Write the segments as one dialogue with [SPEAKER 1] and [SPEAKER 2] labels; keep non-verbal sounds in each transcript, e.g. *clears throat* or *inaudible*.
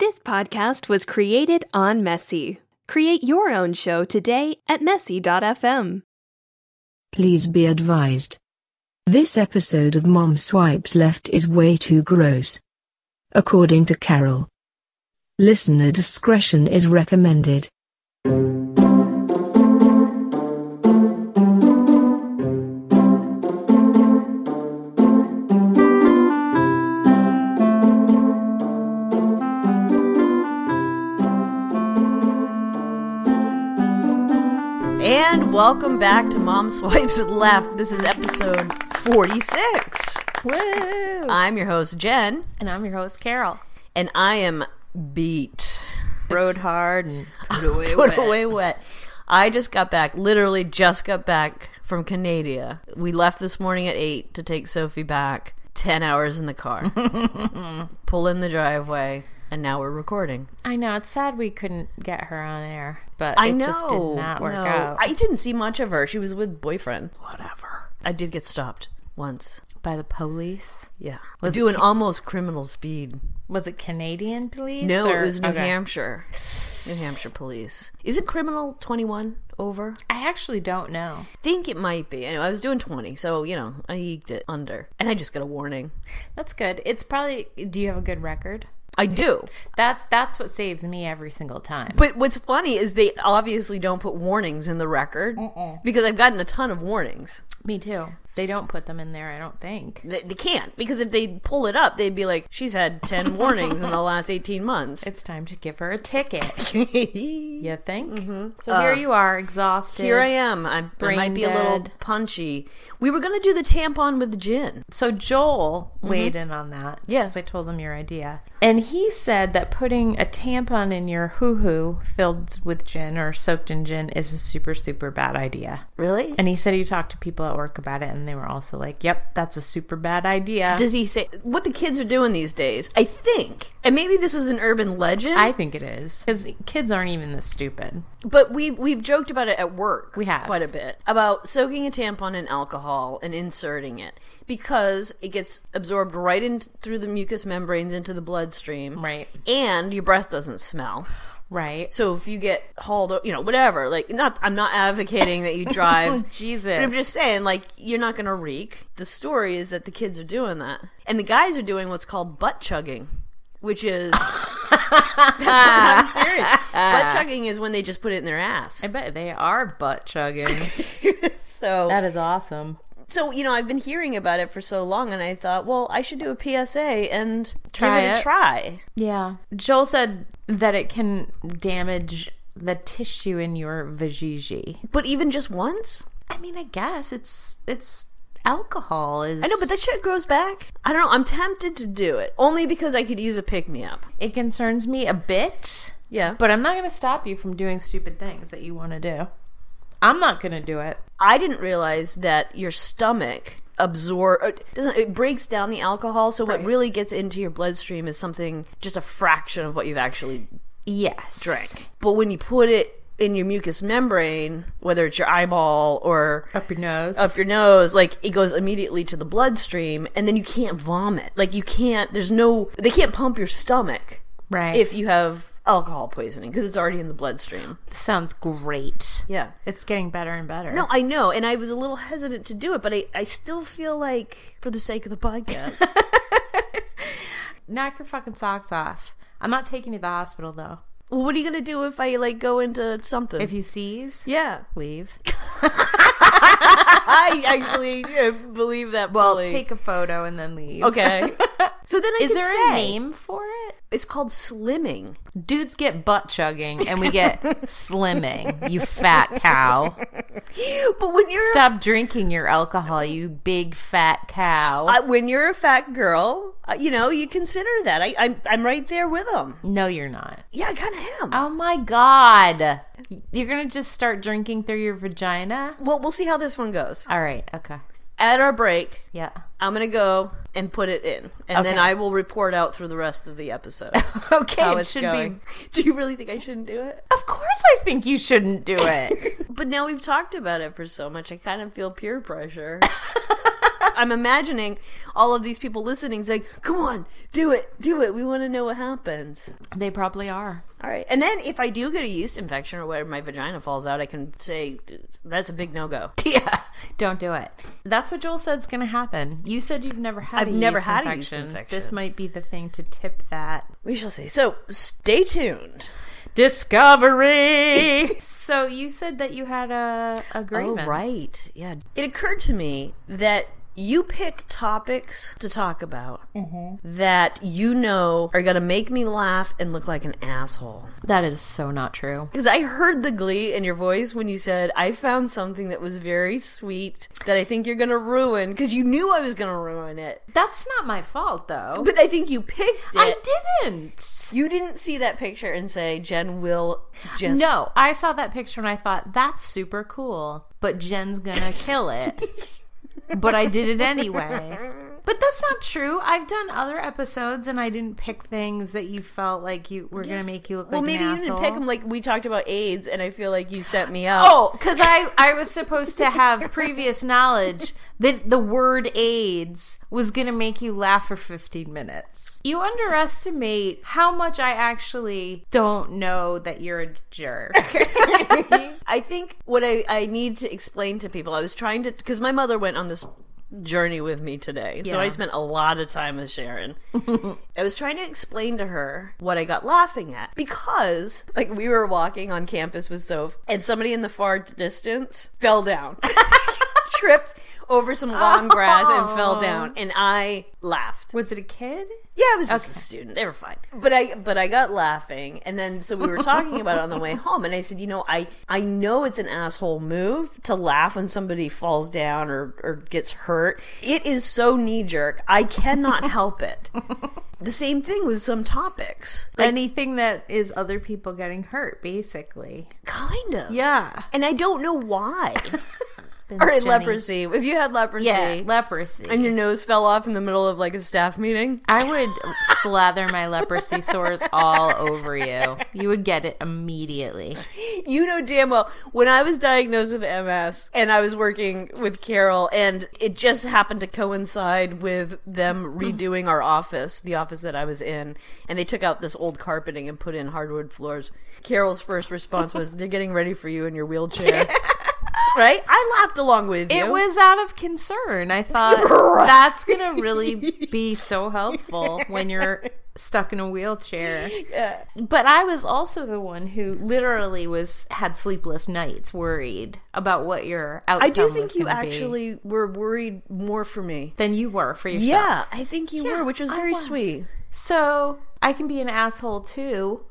[SPEAKER 1] This podcast was created on Messy. Create your own show today at messy.fm.
[SPEAKER 2] Please be advised. This episode of Mom Swipes Left is way too gross. According to Carol, listener discretion is recommended.
[SPEAKER 3] And welcome back to Mom Swipes *laughs* Left. This is episode 46.
[SPEAKER 4] Woo!
[SPEAKER 3] I'm your host, Jen,
[SPEAKER 4] And I'm your host, Carol.
[SPEAKER 3] and I am beat.
[SPEAKER 4] Rode
[SPEAKER 3] *laughs*
[SPEAKER 4] hard and put away
[SPEAKER 3] Put
[SPEAKER 4] wet.
[SPEAKER 3] away wet. I just got back, literally just got back from Canada. We left this morning at 8 to take Sophie back. 10 hours in the
[SPEAKER 4] *laughs*
[SPEAKER 3] car. Pull in the driveway, and now we're recording.
[SPEAKER 4] I know it's sad we couldn't get her on air, but
[SPEAKER 3] I
[SPEAKER 4] it
[SPEAKER 3] know.
[SPEAKER 4] just did not work
[SPEAKER 3] No.
[SPEAKER 4] out.
[SPEAKER 3] I didn't see much of her. She was with boyfriend. Whatever. I did get stopped once.
[SPEAKER 4] By the police?
[SPEAKER 3] Yeah. do an almost criminal speed.
[SPEAKER 4] Was it Canadian police?
[SPEAKER 3] No, it
[SPEAKER 4] or-
[SPEAKER 3] was New
[SPEAKER 4] okay.
[SPEAKER 3] Hampshire. New Hampshire police. Is it criminal 21 over?
[SPEAKER 4] I actually don't know.
[SPEAKER 3] I think it might be. Anyway, I was doing 20, so, you know, I eked it under. And I just got a warning.
[SPEAKER 4] That's good. It's probably. Do you have a good record?
[SPEAKER 3] I do.
[SPEAKER 4] That that's what saves me every single time.
[SPEAKER 3] But what's funny is they obviously don't put warnings in the record because I've gotten a ton of warnings.
[SPEAKER 4] me too. They don't put them in there. I don't think
[SPEAKER 3] They, they can't because if they pull it up, they'd be like, she's had
[SPEAKER 4] *laughs*
[SPEAKER 3] 10 warnings in the last 18 months.
[SPEAKER 4] it's time to give her a
[SPEAKER 3] *laughs*
[SPEAKER 4] ticket.
[SPEAKER 3] Here
[SPEAKER 4] you think? So here you are, exhausted.
[SPEAKER 3] Mm-hmm. Uh, I am. I, I might
[SPEAKER 4] Brain
[SPEAKER 3] be a little
[SPEAKER 4] dead.
[SPEAKER 3] punchy. We were going to do the tampon with gin.
[SPEAKER 4] So Joel weighed in on that.
[SPEAKER 3] Yeah.
[SPEAKER 4] Yes, I told him your idea. Mm-hmm. And he said that putting a tampon in your hoo hoo filled with gin or soaked in gin is a super, super bad idea.
[SPEAKER 3] Really?
[SPEAKER 4] And he said he talked to people at work about it and they were also like, yep, that's a super bad idea.
[SPEAKER 3] Does he say what the kids are doing these days? I think, and maybe this is an urban legend,
[SPEAKER 4] I think it is. Because kids aren't even this stupid.
[SPEAKER 3] but we we've joked about it at work.
[SPEAKER 4] We have.
[SPEAKER 3] quite a bit about soaking a tampon in alcohol and inserting it because it gets absorbed right in through the mucous membranes into the bloodstream,
[SPEAKER 4] Right.
[SPEAKER 3] And your breath doesn't smell.
[SPEAKER 4] Right.
[SPEAKER 3] So if you get hauled, o- you know, whatever. Like, not I'm not advocating that
[SPEAKER 4] *laughs*
[SPEAKER 3] you drive
[SPEAKER 4] Oh, Jesus.
[SPEAKER 3] But I'm just saying, like, you're not going to reek. The story is that the kids are doing that. And the guys are doing what's called butt chugging, which
[SPEAKER 4] *laughs*
[SPEAKER 3] is. *laughs* I'm serious. Butt chugging is when they just put it in their ass.
[SPEAKER 4] I bet they are butt *laughs* chugging.
[SPEAKER 3] So,
[SPEAKER 4] that is awesome.
[SPEAKER 3] so you know, I've been hearing about it for so long, and I thought, well, I should do a PSA and
[SPEAKER 4] Try
[SPEAKER 3] give it, a
[SPEAKER 4] it.
[SPEAKER 3] try.
[SPEAKER 4] Yeah. Joel said that it can damage the tissue in your vajiji.
[SPEAKER 3] But even just once,
[SPEAKER 4] I mean, I guess it's it's alcohol is
[SPEAKER 3] I know, but that shit grows back. I don't know. I'm tempted to do it only because I could use a pick me up.
[SPEAKER 4] it concerns me a bit.
[SPEAKER 3] Yeah, but
[SPEAKER 4] But I'm not going to stop you from doing stupid things that you want to do. I'm not going to do it.
[SPEAKER 3] I didn't realize that your stomach absorb uh, doesn't it breaks down the alcohol so what really gets into your bloodstream is something just a fraction of what you've actually
[SPEAKER 4] Yes.
[SPEAKER 3] drank but when you put it in your mucous membrane whether it's your eyeball or
[SPEAKER 4] Up your nose.
[SPEAKER 3] up your nose like it goes immediately to the bloodstream and then you can't vomit like you can't there's no they can't pump your stomach
[SPEAKER 4] right.
[SPEAKER 3] if you have alcohol poisoning because it's already in the bloodstream
[SPEAKER 4] sounds great.
[SPEAKER 3] yeah
[SPEAKER 4] It's getting better and better.
[SPEAKER 3] No, I know, and I was a little hesitant to do it, but I, I still feel like for the sake of the
[SPEAKER 4] *laughs*
[SPEAKER 3] podcast.
[SPEAKER 4] knock your fucking socks off. I'm not taking you to the hospital though.
[SPEAKER 3] well, what are you gonna do if I like go into something?
[SPEAKER 4] If you seize,
[SPEAKER 3] yeah,
[SPEAKER 4] leave.
[SPEAKER 3] I
[SPEAKER 4] *laughs*
[SPEAKER 3] actually uh, believe that.
[SPEAKER 4] Well,
[SPEAKER 3] fully.
[SPEAKER 4] take a photo and then *laughs* leave.
[SPEAKER 3] okay. so then I
[SPEAKER 4] Is
[SPEAKER 3] could
[SPEAKER 4] there
[SPEAKER 3] say,
[SPEAKER 4] a name for it?
[SPEAKER 3] It's called slimming. *gasps*
[SPEAKER 4] Dudes get butt chugging and
[SPEAKER 3] *laughs*
[SPEAKER 4] we get slimming, you fat cow.
[SPEAKER 3] But when you're
[SPEAKER 4] Stop drinking your alcohol, you big fat cow.
[SPEAKER 3] uh, when you're a fat girl, uh, you know you consider that. I I'm, I'm right there with them.
[SPEAKER 4] no, you're not.
[SPEAKER 3] Yeah, I kind of am.
[SPEAKER 4] Oh my God. You're going to just start drinking through your vagina?
[SPEAKER 3] well, we'll see how this one goes.
[SPEAKER 4] All right. Okay.
[SPEAKER 3] At our break, *laughs*
[SPEAKER 4] Yeah.
[SPEAKER 3] I'm gonna go and put it in, and then
[SPEAKER 4] Okay.
[SPEAKER 3] I will report out through the rest of the
[SPEAKER 4] *laughs*
[SPEAKER 3] episode.
[SPEAKER 4] Okay.
[SPEAKER 3] how
[SPEAKER 4] it
[SPEAKER 3] it's
[SPEAKER 4] should
[SPEAKER 3] going. *laughs*
[SPEAKER 4] be.
[SPEAKER 3] Do you really think I shouldn't do it?
[SPEAKER 4] Of course, I think you shouldn't do it.
[SPEAKER 3] *laughs* *laughs* But now we've talked about it for so much, I kind of feel peer pressure. I'm imagining all of these people listening. It's like, come on, do it, do it. We want to know what happens.
[SPEAKER 4] They probably are.
[SPEAKER 3] All right. And then if I do get a yeast infection or where my vagina falls out, I can say that's a big no *laughs* go.
[SPEAKER 4] Yeah. Don't do it. That's what Joel said's going to happen. You said you've never had.
[SPEAKER 3] I've
[SPEAKER 4] a
[SPEAKER 3] never
[SPEAKER 4] yeast
[SPEAKER 3] had a yeast
[SPEAKER 4] infection.
[SPEAKER 3] infection.
[SPEAKER 4] This might be the thing to tip that.
[SPEAKER 3] We shall see. So stay tuned. *laughs*
[SPEAKER 4] Discovery. so you said that you had a agreement.
[SPEAKER 3] Oh, right. Yeah. It occurred to me that you pick topics to talk about
[SPEAKER 4] Mm-hmm.
[SPEAKER 3] that you know are going to make me laugh and look like an asshole.
[SPEAKER 4] That is so not true.
[SPEAKER 3] Because I heard the glee in your voice when you said, I found something that was very sweet that I think you're going to ruin because you knew I was going to ruin it.
[SPEAKER 4] That's not my fault though.
[SPEAKER 3] But I think you picked it.
[SPEAKER 4] I didn't.
[SPEAKER 3] You didn't see that picture and say, Jen will just.
[SPEAKER 4] No, I saw that picture and I thought that's super cool, but Jen's gonna
[SPEAKER 3] *laughs*
[SPEAKER 4] kill it. but I did it anyway. But that's not true. I've done other episodes and I didn't pick things that you felt like you were gonna make you look
[SPEAKER 3] Well,
[SPEAKER 4] like
[SPEAKER 3] maybe
[SPEAKER 4] an
[SPEAKER 3] you didn't
[SPEAKER 4] asshole.
[SPEAKER 3] pick them. Like we talked about AIDS, and I feel like you set me up.
[SPEAKER 4] Oh, because I, I was supposed to have previous knowledge that the word AIDS was going to make you laugh for 15 minutes. You underestimate how much I actually don't know that you're a jerk.
[SPEAKER 3] *laughs* I think what I, I need to explain to people, I was trying to, because my mother went on this journey with me today. So I
[SPEAKER 4] Yeah.
[SPEAKER 3] spent a lot of time with Sharon. I was trying to explain to her what I got laughing at because, like, we were walking on campus with Soph, and somebody in the far distance fell down, tripped over some long grass and fell down. And I laughed.
[SPEAKER 4] was it a kid?
[SPEAKER 3] Yeah, it was just a student. They were fine. But I but I got laughing and then so we were talking about it on the
[SPEAKER 4] *laughs*
[SPEAKER 3] way home and I said, you know, I I know it's an asshole move to laugh when somebody falls down or, or gets hurt. It is so knee jerk. I
[SPEAKER 4] *laughs*
[SPEAKER 3] cannot help it. The same thing with some topics. Like
[SPEAKER 4] Anything that is other people getting hurt, basically.
[SPEAKER 3] kind of.
[SPEAKER 4] Yeah.
[SPEAKER 3] And I don't know
[SPEAKER 4] *laughs*
[SPEAKER 3] why. All right, leprosy. If you had leprosy
[SPEAKER 4] Yeah, leprosy.
[SPEAKER 3] and your nose fell off in the middle of like a staff meeting.
[SPEAKER 4] I would slather my leprosy sores all over you. You would get it immediately.
[SPEAKER 3] You know damn well when I was diagnosed with MS and I was working with Carol, and it just happened to coincide with them redoing our office, the office that I was in, and they took out this old carpeting and put in hardwood floors. Carol's first response was, "They're getting ready for you in your *laughs* wheelchair." right? I laughed along with you.
[SPEAKER 4] It was out of
[SPEAKER 3] *laughs*
[SPEAKER 4] concern. I thought that's going to really be so helpful
[SPEAKER 3] *laughs*
[SPEAKER 4] when you're stuck in a wheelchair. But I was also the one who literally was had sleepless nights worried about what your outcome
[SPEAKER 3] I do
[SPEAKER 4] was
[SPEAKER 3] think you
[SPEAKER 4] gonna be
[SPEAKER 3] actually were worried more for me.
[SPEAKER 4] than you were for yourself.
[SPEAKER 3] Yeah, I think you
[SPEAKER 4] Yeah,
[SPEAKER 3] were, which was
[SPEAKER 4] I
[SPEAKER 3] very
[SPEAKER 4] was.
[SPEAKER 3] sweet.
[SPEAKER 4] So, I can be an
[SPEAKER 3] *laughs*
[SPEAKER 4] asshole too.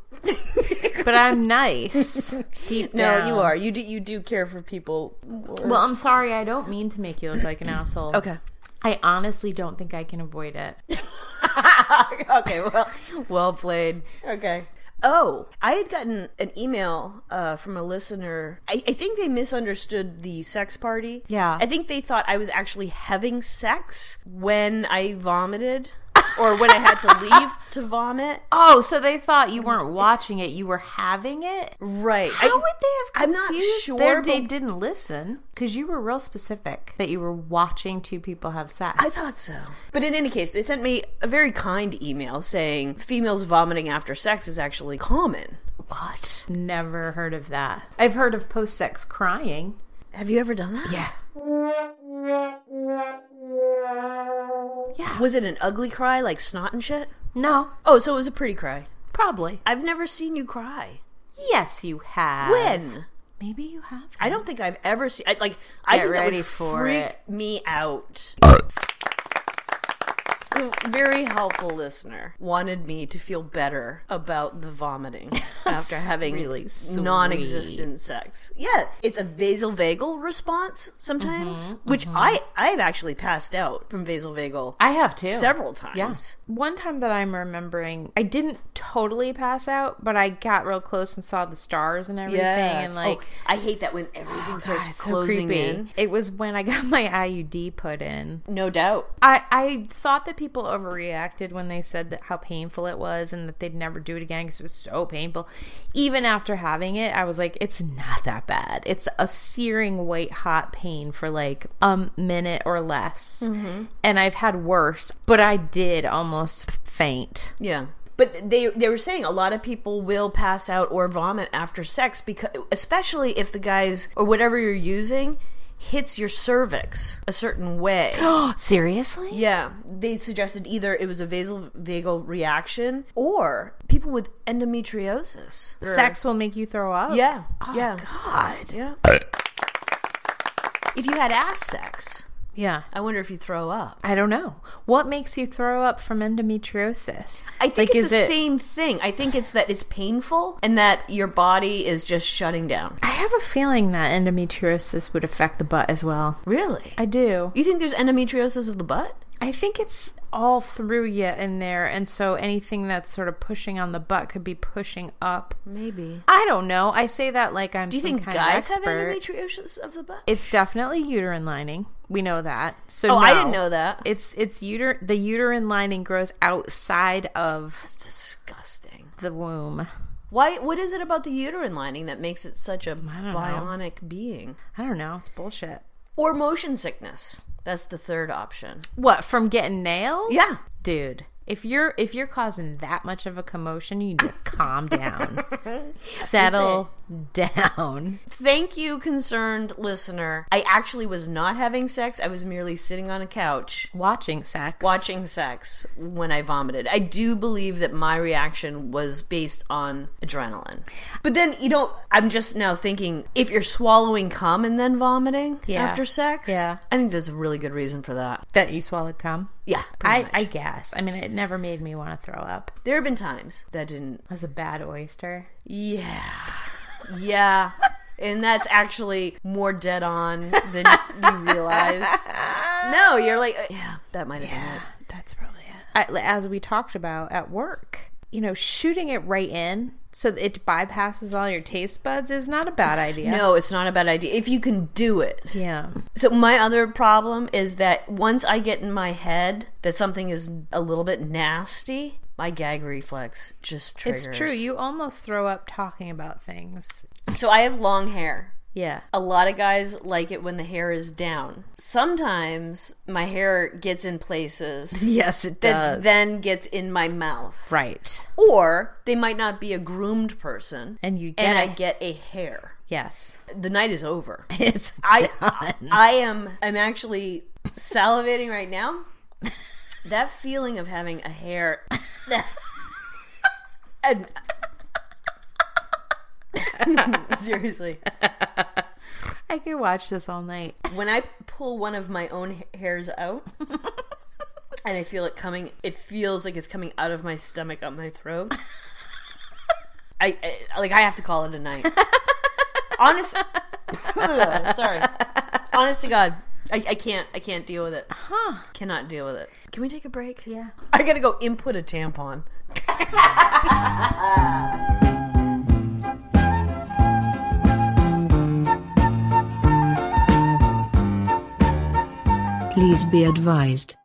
[SPEAKER 4] but I'm nice deep
[SPEAKER 3] No,
[SPEAKER 4] down.
[SPEAKER 3] you are. You do. You do care for people.
[SPEAKER 4] Well, I'm sorry. I don't mean to make you look like an asshole.
[SPEAKER 3] Okay.
[SPEAKER 4] I honestly don't think I can avoid it.
[SPEAKER 3] *laughs* okay, *laughs* well, well played. Okay. Oh, I had gotten an email uh, from a listener. I, I think they misunderstood the sex party.
[SPEAKER 4] Yeah.
[SPEAKER 3] I think they thought I was actually having sex when I vomited or when I had to leave to vomit.
[SPEAKER 4] Oh, so they thought you weren't watching it; you were having it.
[SPEAKER 3] Right.
[SPEAKER 4] How would they have
[SPEAKER 3] I'm not
[SPEAKER 4] confused?
[SPEAKER 3] sure,
[SPEAKER 4] They're- they
[SPEAKER 3] but-
[SPEAKER 4] didn't listen because you were real specific that you were watching two people have sex.
[SPEAKER 3] I thought so. But in any case, they sent me a very kind email saying females vomiting after sex is actually common.
[SPEAKER 4] what? Never heard of that. I've heard of post-sex crying.
[SPEAKER 3] Have you ever done that?
[SPEAKER 4] Yeah. Yeah.
[SPEAKER 3] Was it an ugly cry like snot and shit?
[SPEAKER 4] No,
[SPEAKER 3] Oh, so it was a pretty cry.
[SPEAKER 4] probably.
[SPEAKER 3] I've never seen you cry.
[SPEAKER 4] Yes, you have.
[SPEAKER 3] When?
[SPEAKER 4] Maybe you have.
[SPEAKER 3] I don't think I've ever seen. I, like, I
[SPEAKER 4] Get
[SPEAKER 3] think that
[SPEAKER 4] ready
[SPEAKER 3] would
[SPEAKER 4] for
[SPEAKER 3] freak
[SPEAKER 4] it.
[SPEAKER 3] me out. Who, very helpful listener, wanted me to feel better about the
[SPEAKER 4] *laughs*
[SPEAKER 3] vomiting after having
[SPEAKER 4] really
[SPEAKER 3] non-existent sex. Yeah, it's a vasovagal response sometimes, which I I've actually passed out from vasovagal
[SPEAKER 4] Mm-hmm, I have too.
[SPEAKER 3] several times.
[SPEAKER 4] Yeah. One time that I'm remembering, I didn't totally pass out, but I got real close and saw the stars and everything.
[SPEAKER 3] Yes.
[SPEAKER 4] And like,
[SPEAKER 3] oh, I hate that when everything starts
[SPEAKER 4] it's so
[SPEAKER 3] closing
[SPEAKER 4] creepy.
[SPEAKER 3] in.
[SPEAKER 4] *laughs* It was when I got my IUD put in.
[SPEAKER 3] No doubt.
[SPEAKER 4] I, I thought that people people overreacted when they said that how painful it was and that they'd never do it again because it was so painful. Even after having it, I was like, it's not that bad. It's a searing white hot pain for like a minute or less.
[SPEAKER 3] Mm-hmm.
[SPEAKER 4] And I've had worse, but I did almost
[SPEAKER 3] *gasps*
[SPEAKER 4] faint.
[SPEAKER 3] Yeah. But they they were saying a lot of people will pass out or vomit after sex because especially if the guys or whatever you're using hits your cervix a certain *gasps* way.
[SPEAKER 4] Seriously?
[SPEAKER 3] yeah, they suggested either it was a vasovagal reaction or people with endometriosis.
[SPEAKER 4] Sex will make you throw up?
[SPEAKER 3] Yeah.
[SPEAKER 4] Oh,
[SPEAKER 3] yeah.
[SPEAKER 4] God.
[SPEAKER 3] Yeah. if you had ass sex,
[SPEAKER 4] Yeah.
[SPEAKER 3] I wonder if you throw up.
[SPEAKER 4] I don't know. What makes you throw up from endometriosis?
[SPEAKER 3] I think
[SPEAKER 4] Like,
[SPEAKER 3] it's
[SPEAKER 4] is
[SPEAKER 3] the
[SPEAKER 4] it-
[SPEAKER 3] same thing. I think it's that it's painful and that your body is just shutting down.
[SPEAKER 4] I have a feeling that endometriosis would affect the butt as well.
[SPEAKER 3] Really?
[SPEAKER 4] I do.
[SPEAKER 3] You think there's endometriosis of the butt?
[SPEAKER 4] I think it's all through you in there, and so anything that's sort of pushing on the butt could be pushing up.
[SPEAKER 3] Maybe.
[SPEAKER 4] I don't know. I say that like I'm.
[SPEAKER 3] Do you
[SPEAKER 4] some
[SPEAKER 3] think
[SPEAKER 4] kind of
[SPEAKER 3] guys have
[SPEAKER 4] expert.
[SPEAKER 3] endometriosis of the butt?
[SPEAKER 4] It's definitely uterine lining. We know that. So
[SPEAKER 3] oh, I
[SPEAKER 4] no.
[SPEAKER 3] didn't know that.
[SPEAKER 4] It's it's uter the uterine lining grows outside of
[SPEAKER 3] It's disgusting.
[SPEAKER 4] the womb.
[SPEAKER 3] Why? What is it about the uterine lining that makes it such a bionic being?
[SPEAKER 4] I don't know. It's bullshit.
[SPEAKER 3] Or motion sickness? That's the third option.
[SPEAKER 4] What from getting nailed?
[SPEAKER 3] Yeah.
[SPEAKER 4] dude if you're if you're causing that much of a commotion you need *laughs* to calm down settle down
[SPEAKER 3] Thank you, concerned listener. I actually was not having sex. I was merely sitting on a couch
[SPEAKER 4] watching sex
[SPEAKER 3] watching sex when I vomited. I do believe that my reaction was based on adrenaline. But then, you know, I'm just now thinking if you're swallowing cum and then vomiting
[SPEAKER 4] Yeah.
[SPEAKER 3] after sex,
[SPEAKER 4] Yeah.
[SPEAKER 3] I think there's a really good reason for that.
[SPEAKER 4] that you swallowed cum
[SPEAKER 3] Yeah.
[SPEAKER 4] I,
[SPEAKER 3] I,
[SPEAKER 4] I guess i mean it never made me want to throw up
[SPEAKER 3] there have been times that didn't.
[SPEAKER 4] that's a bad oyster
[SPEAKER 3] Yeah. Yeah. And that's actually more dead on than
[SPEAKER 4] *laughs*
[SPEAKER 3] you realize. No, you're like, "Oh, yeah, that might have been it.
[SPEAKER 4] that's probably it as we talked about at work you know shooting it right in so that it bypasses all your taste buds is not a bad idea
[SPEAKER 3] No, it's not a bad idea. If you can do it.
[SPEAKER 4] *laughs* yeah
[SPEAKER 3] So my other problem is that once I get in my head that something is a little bit nasty, my gag reflex just triggers.
[SPEAKER 4] it's true you almost throw up talking about things
[SPEAKER 3] So I have long hair.
[SPEAKER 4] yeah
[SPEAKER 3] A lot of guys like it when the hair is down. Sometimes my hair gets in places
[SPEAKER 4] yes it
[SPEAKER 3] that then gets in my mouth.
[SPEAKER 4] right
[SPEAKER 3] Or they might not be a groomed person
[SPEAKER 4] and you get
[SPEAKER 3] and I
[SPEAKER 4] it.
[SPEAKER 3] get a hair.
[SPEAKER 4] Yes. *laughs*
[SPEAKER 3] The night is over.
[SPEAKER 4] It's
[SPEAKER 3] I
[SPEAKER 4] Mm-hmm.
[SPEAKER 3] I am I'm actually salivating right now. That feeling of having a hair *laughs* and *laughs* seriously,
[SPEAKER 4] I could watch this all night.
[SPEAKER 3] when I pull one of my own ha- hairs *laughs* out and I feel it coming, it feels like it's coming out of my stomach up my throat. *laughs* I, I like I have to call it a *laughs* night. Honest, *laughs* sorry. Honest to God, I, I can't. I can't deal with it. Huh? Cannot deal with it. Can we take a break?
[SPEAKER 4] Yeah.
[SPEAKER 3] I gotta go input a tampon.
[SPEAKER 2] Please be advised.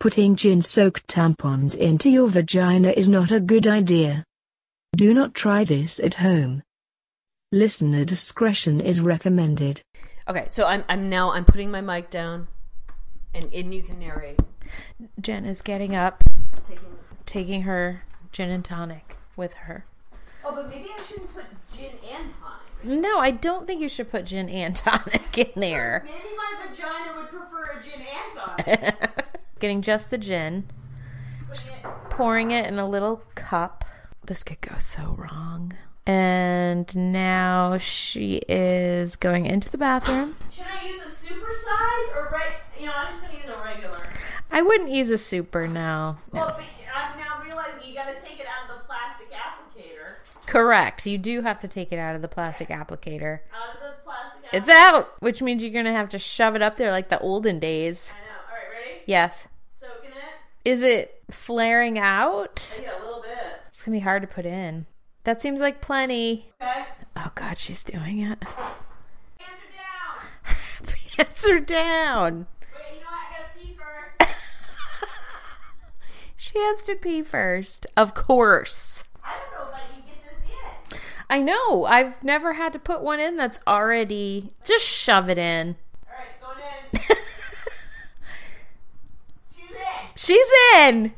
[SPEAKER 2] Putting gin soaked tampons into your vagina is not a good idea. Do not try this at home. Listener discretion is recommended.
[SPEAKER 3] Okay, so I'm. I'm now. I'm putting my mic down, and and you can narrate.
[SPEAKER 4] *laughs* Jen is getting up, taking her gin and tonic with her.
[SPEAKER 3] Oh, but maybe I shouldn't put gin and tonic.
[SPEAKER 4] No, I don't think you should put gin and *laughs* tonic in there.
[SPEAKER 3] Maybe my vagina would prefer a gin and *laughs* tonic.
[SPEAKER 4] Getting just the gin, pouring it in a little cup. This could go so wrong. And now she is going into the bathroom.
[SPEAKER 3] Should I use a super size or right? You know, I'm just gonna use a regular.
[SPEAKER 4] I wouldn't use a super now.
[SPEAKER 3] Well, but I'm now realizing you gotta take it out of the plastic applicator.
[SPEAKER 4] Correct. You do have to take it out of the plastic applicator.
[SPEAKER 3] Out of the plastic. Applicator.
[SPEAKER 4] It's out, which means you're gonna have to shove it up there like the olden days.
[SPEAKER 3] I know. All right, ready?
[SPEAKER 4] Yes.
[SPEAKER 3] Soaking it.
[SPEAKER 4] Is it flaring out?
[SPEAKER 3] Yeah, a little bit.
[SPEAKER 4] It's gonna be hard to put in. That seems like plenty.
[SPEAKER 3] Okay.
[SPEAKER 4] Oh god, she's doing it. *laughs*
[SPEAKER 3] Hands are down.
[SPEAKER 4] Pants are down.
[SPEAKER 3] Wait, you know what? I gotta pee first.
[SPEAKER 4] She has to pee first. Of course. I know. I've never had to put one in that's already. Just shove it in. She's in.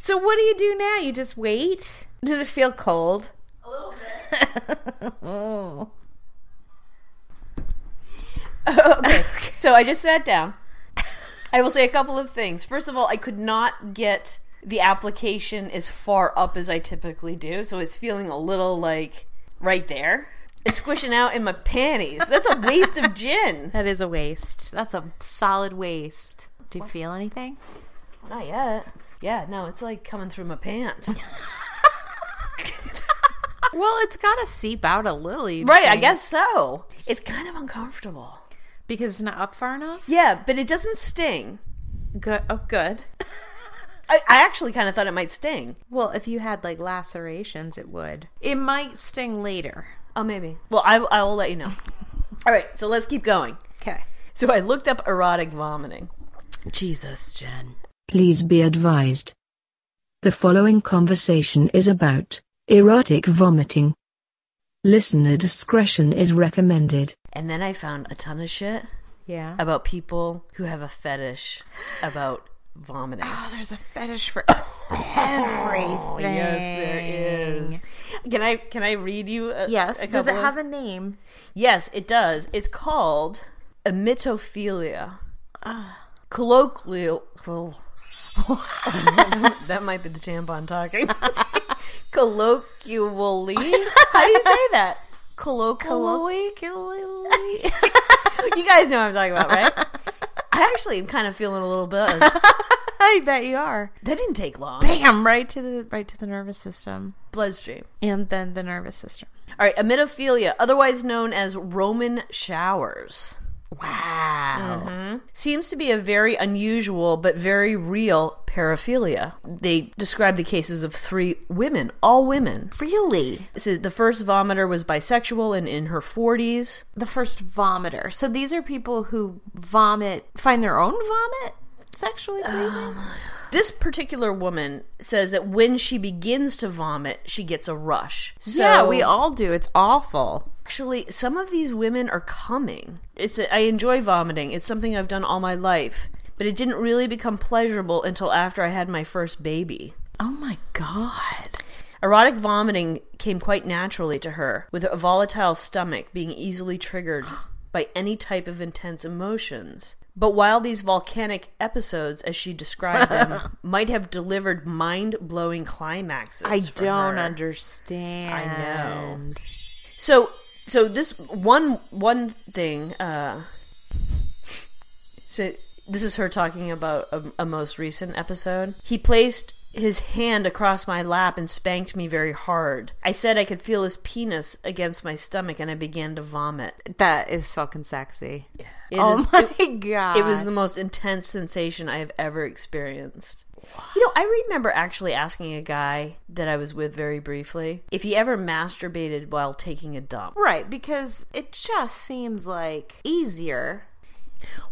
[SPEAKER 4] So what do you do now? You just wait? Does it feel cold?
[SPEAKER 3] okay. So I just sat down. I will say a couple of things. First of all, I could not get the application as far up as I typically do, so it's feeling a little like right there. It's squishing out in my panties. That's a waste of gin.
[SPEAKER 4] That is a waste. That's a solid waste. Do you feel anything?
[SPEAKER 3] Not yet. Yeah, no, it's like coming through my *laughs* pants.
[SPEAKER 4] Well, it's got to seep out a little. you'd
[SPEAKER 3] right, I
[SPEAKER 4] think,
[SPEAKER 3] guess so. It's kind of uncomfortable.
[SPEAKER 4] Because it's not up far enough?
[SPEAKER 3] Yeah, but it doesn't sting.
[SPEAKER 4] Good. Oh, good.
[SPEAKER 3] I, I actually kind of thought it might sting.
[SPEAKER 4] Well, if you had like lacerations, it would. It might sting later.
[SPEAKER 3] Oh, maybe. Well, I, I will let you *laughs* know. All right, so let's keep going.
[SPEAKER 4] Okay.
[SPEAKER 3] So I looked up erotic vomiting. Jesus, Jen.
[SPEAKER 2] Please be advised. The following conversation is about erotic vomiting. Listener discretion is recommended.
[SPEAKER 3] And then I found a ton of shit
[SPEAKER 4] Yeah.
[SPEAKER 3] about people who have a fetish about *gasps* vomiting.
[SPEAKER 4] Oh, there's a
[SPEAKER 3] *coughs*
[SPEAKER 4] fetish for everything.
[SPEAKER 3] is. Can I can I read you? A,
[SPEAKER 4] Yes.
[SPEAKER 3] a
[SPEAKER 4] Does it
[SPEAKER 3] couple of-
[SPEAKER 4] have a name?
[SPEAKER 3] Yes, it does. It's called emetophilia. Colloquial. oh. *laughs* that might be the tampon talking. *laughs* Colloquially. How do you say that? Colloquially.
[SPEAKER 4] Colloquially. *laughs*
[SPEAKER 3] You guys know what I'm talking about, right? I actually am kind of feeling a little buzz.
[SPEAKER 4] I bet you are.
[SPEAKER 3] That didn't take long.
[SPEAKER 4] Bam! Right to the right to the nervous system,
[SPEAKER 3] Bloodstream.
[SPEAKER 4] and then the nervous system.
[SPEAKER 3] All right, emetophilia, otherwise known as Roman showers.
[SPEAKER 4] Wow.
[SPEAKER 3] seems to be a very unusual but very real paraphilia. They describe the cases of three women, all women.
[SPEAKER 4] Really?
[SPEAKER 3] So the first vomiter was bisexual and in her 40s.
[SPEAKER 4] The first vomiter. So these are people who vomit, find their own vomit sexually pleasing.
[SPEAKER 3] This particular woman says that when she begins to vomit, she gets a rush. So
[SPEAKER 4] yeah, we all do. It's awful.
[SPEAKER 3] actually some of these women are coming. It's I enjoy vomiting. It's something I've done all my life, but it didn't really become pleasurable until after I had my first baby.
[SPEAKER 4] Oh my god.
[SPEAKER 3] Erotic vomiting came quite naturally to her, with a volatile stomach being easily triggered by any type of intense emotions. But while these volcanic episodes, as she described
[SPEAKER 4] *laughs*
[SPEAKER 3] them, might have delivered mind blowing climaxes.
[SPEAKER 4] I
[SPEAKER 3] for
[SPEAKER 4] don't
[SPEAKER 3] her.
[SPEAKER 4] understand. I know.
[SPEAKER 3] So so this one one thing, uh so this is her talking about a, a most recent episode. He placed his hand across my lap and spanked me very hard. I said I could feel his penis against my stomach and I began to vomit.
[SPEAKER 4] That is fucking sexy.
[SPEAKER 3] It
[SPEAKER 4] oh
[SPEAKER 3] is-
[SPEAKER 4] my
[SPEAKER 3] it-
[SPEAKER 4] *laughs* god.
[SPEAKER 3] it was the most intense sensation I have ever experienced. You know, I remember actually asking a guy that I was with very briefly if he ever masturbated while taking a dump.
[SPEAKER 4] Right, because it just seems like easier.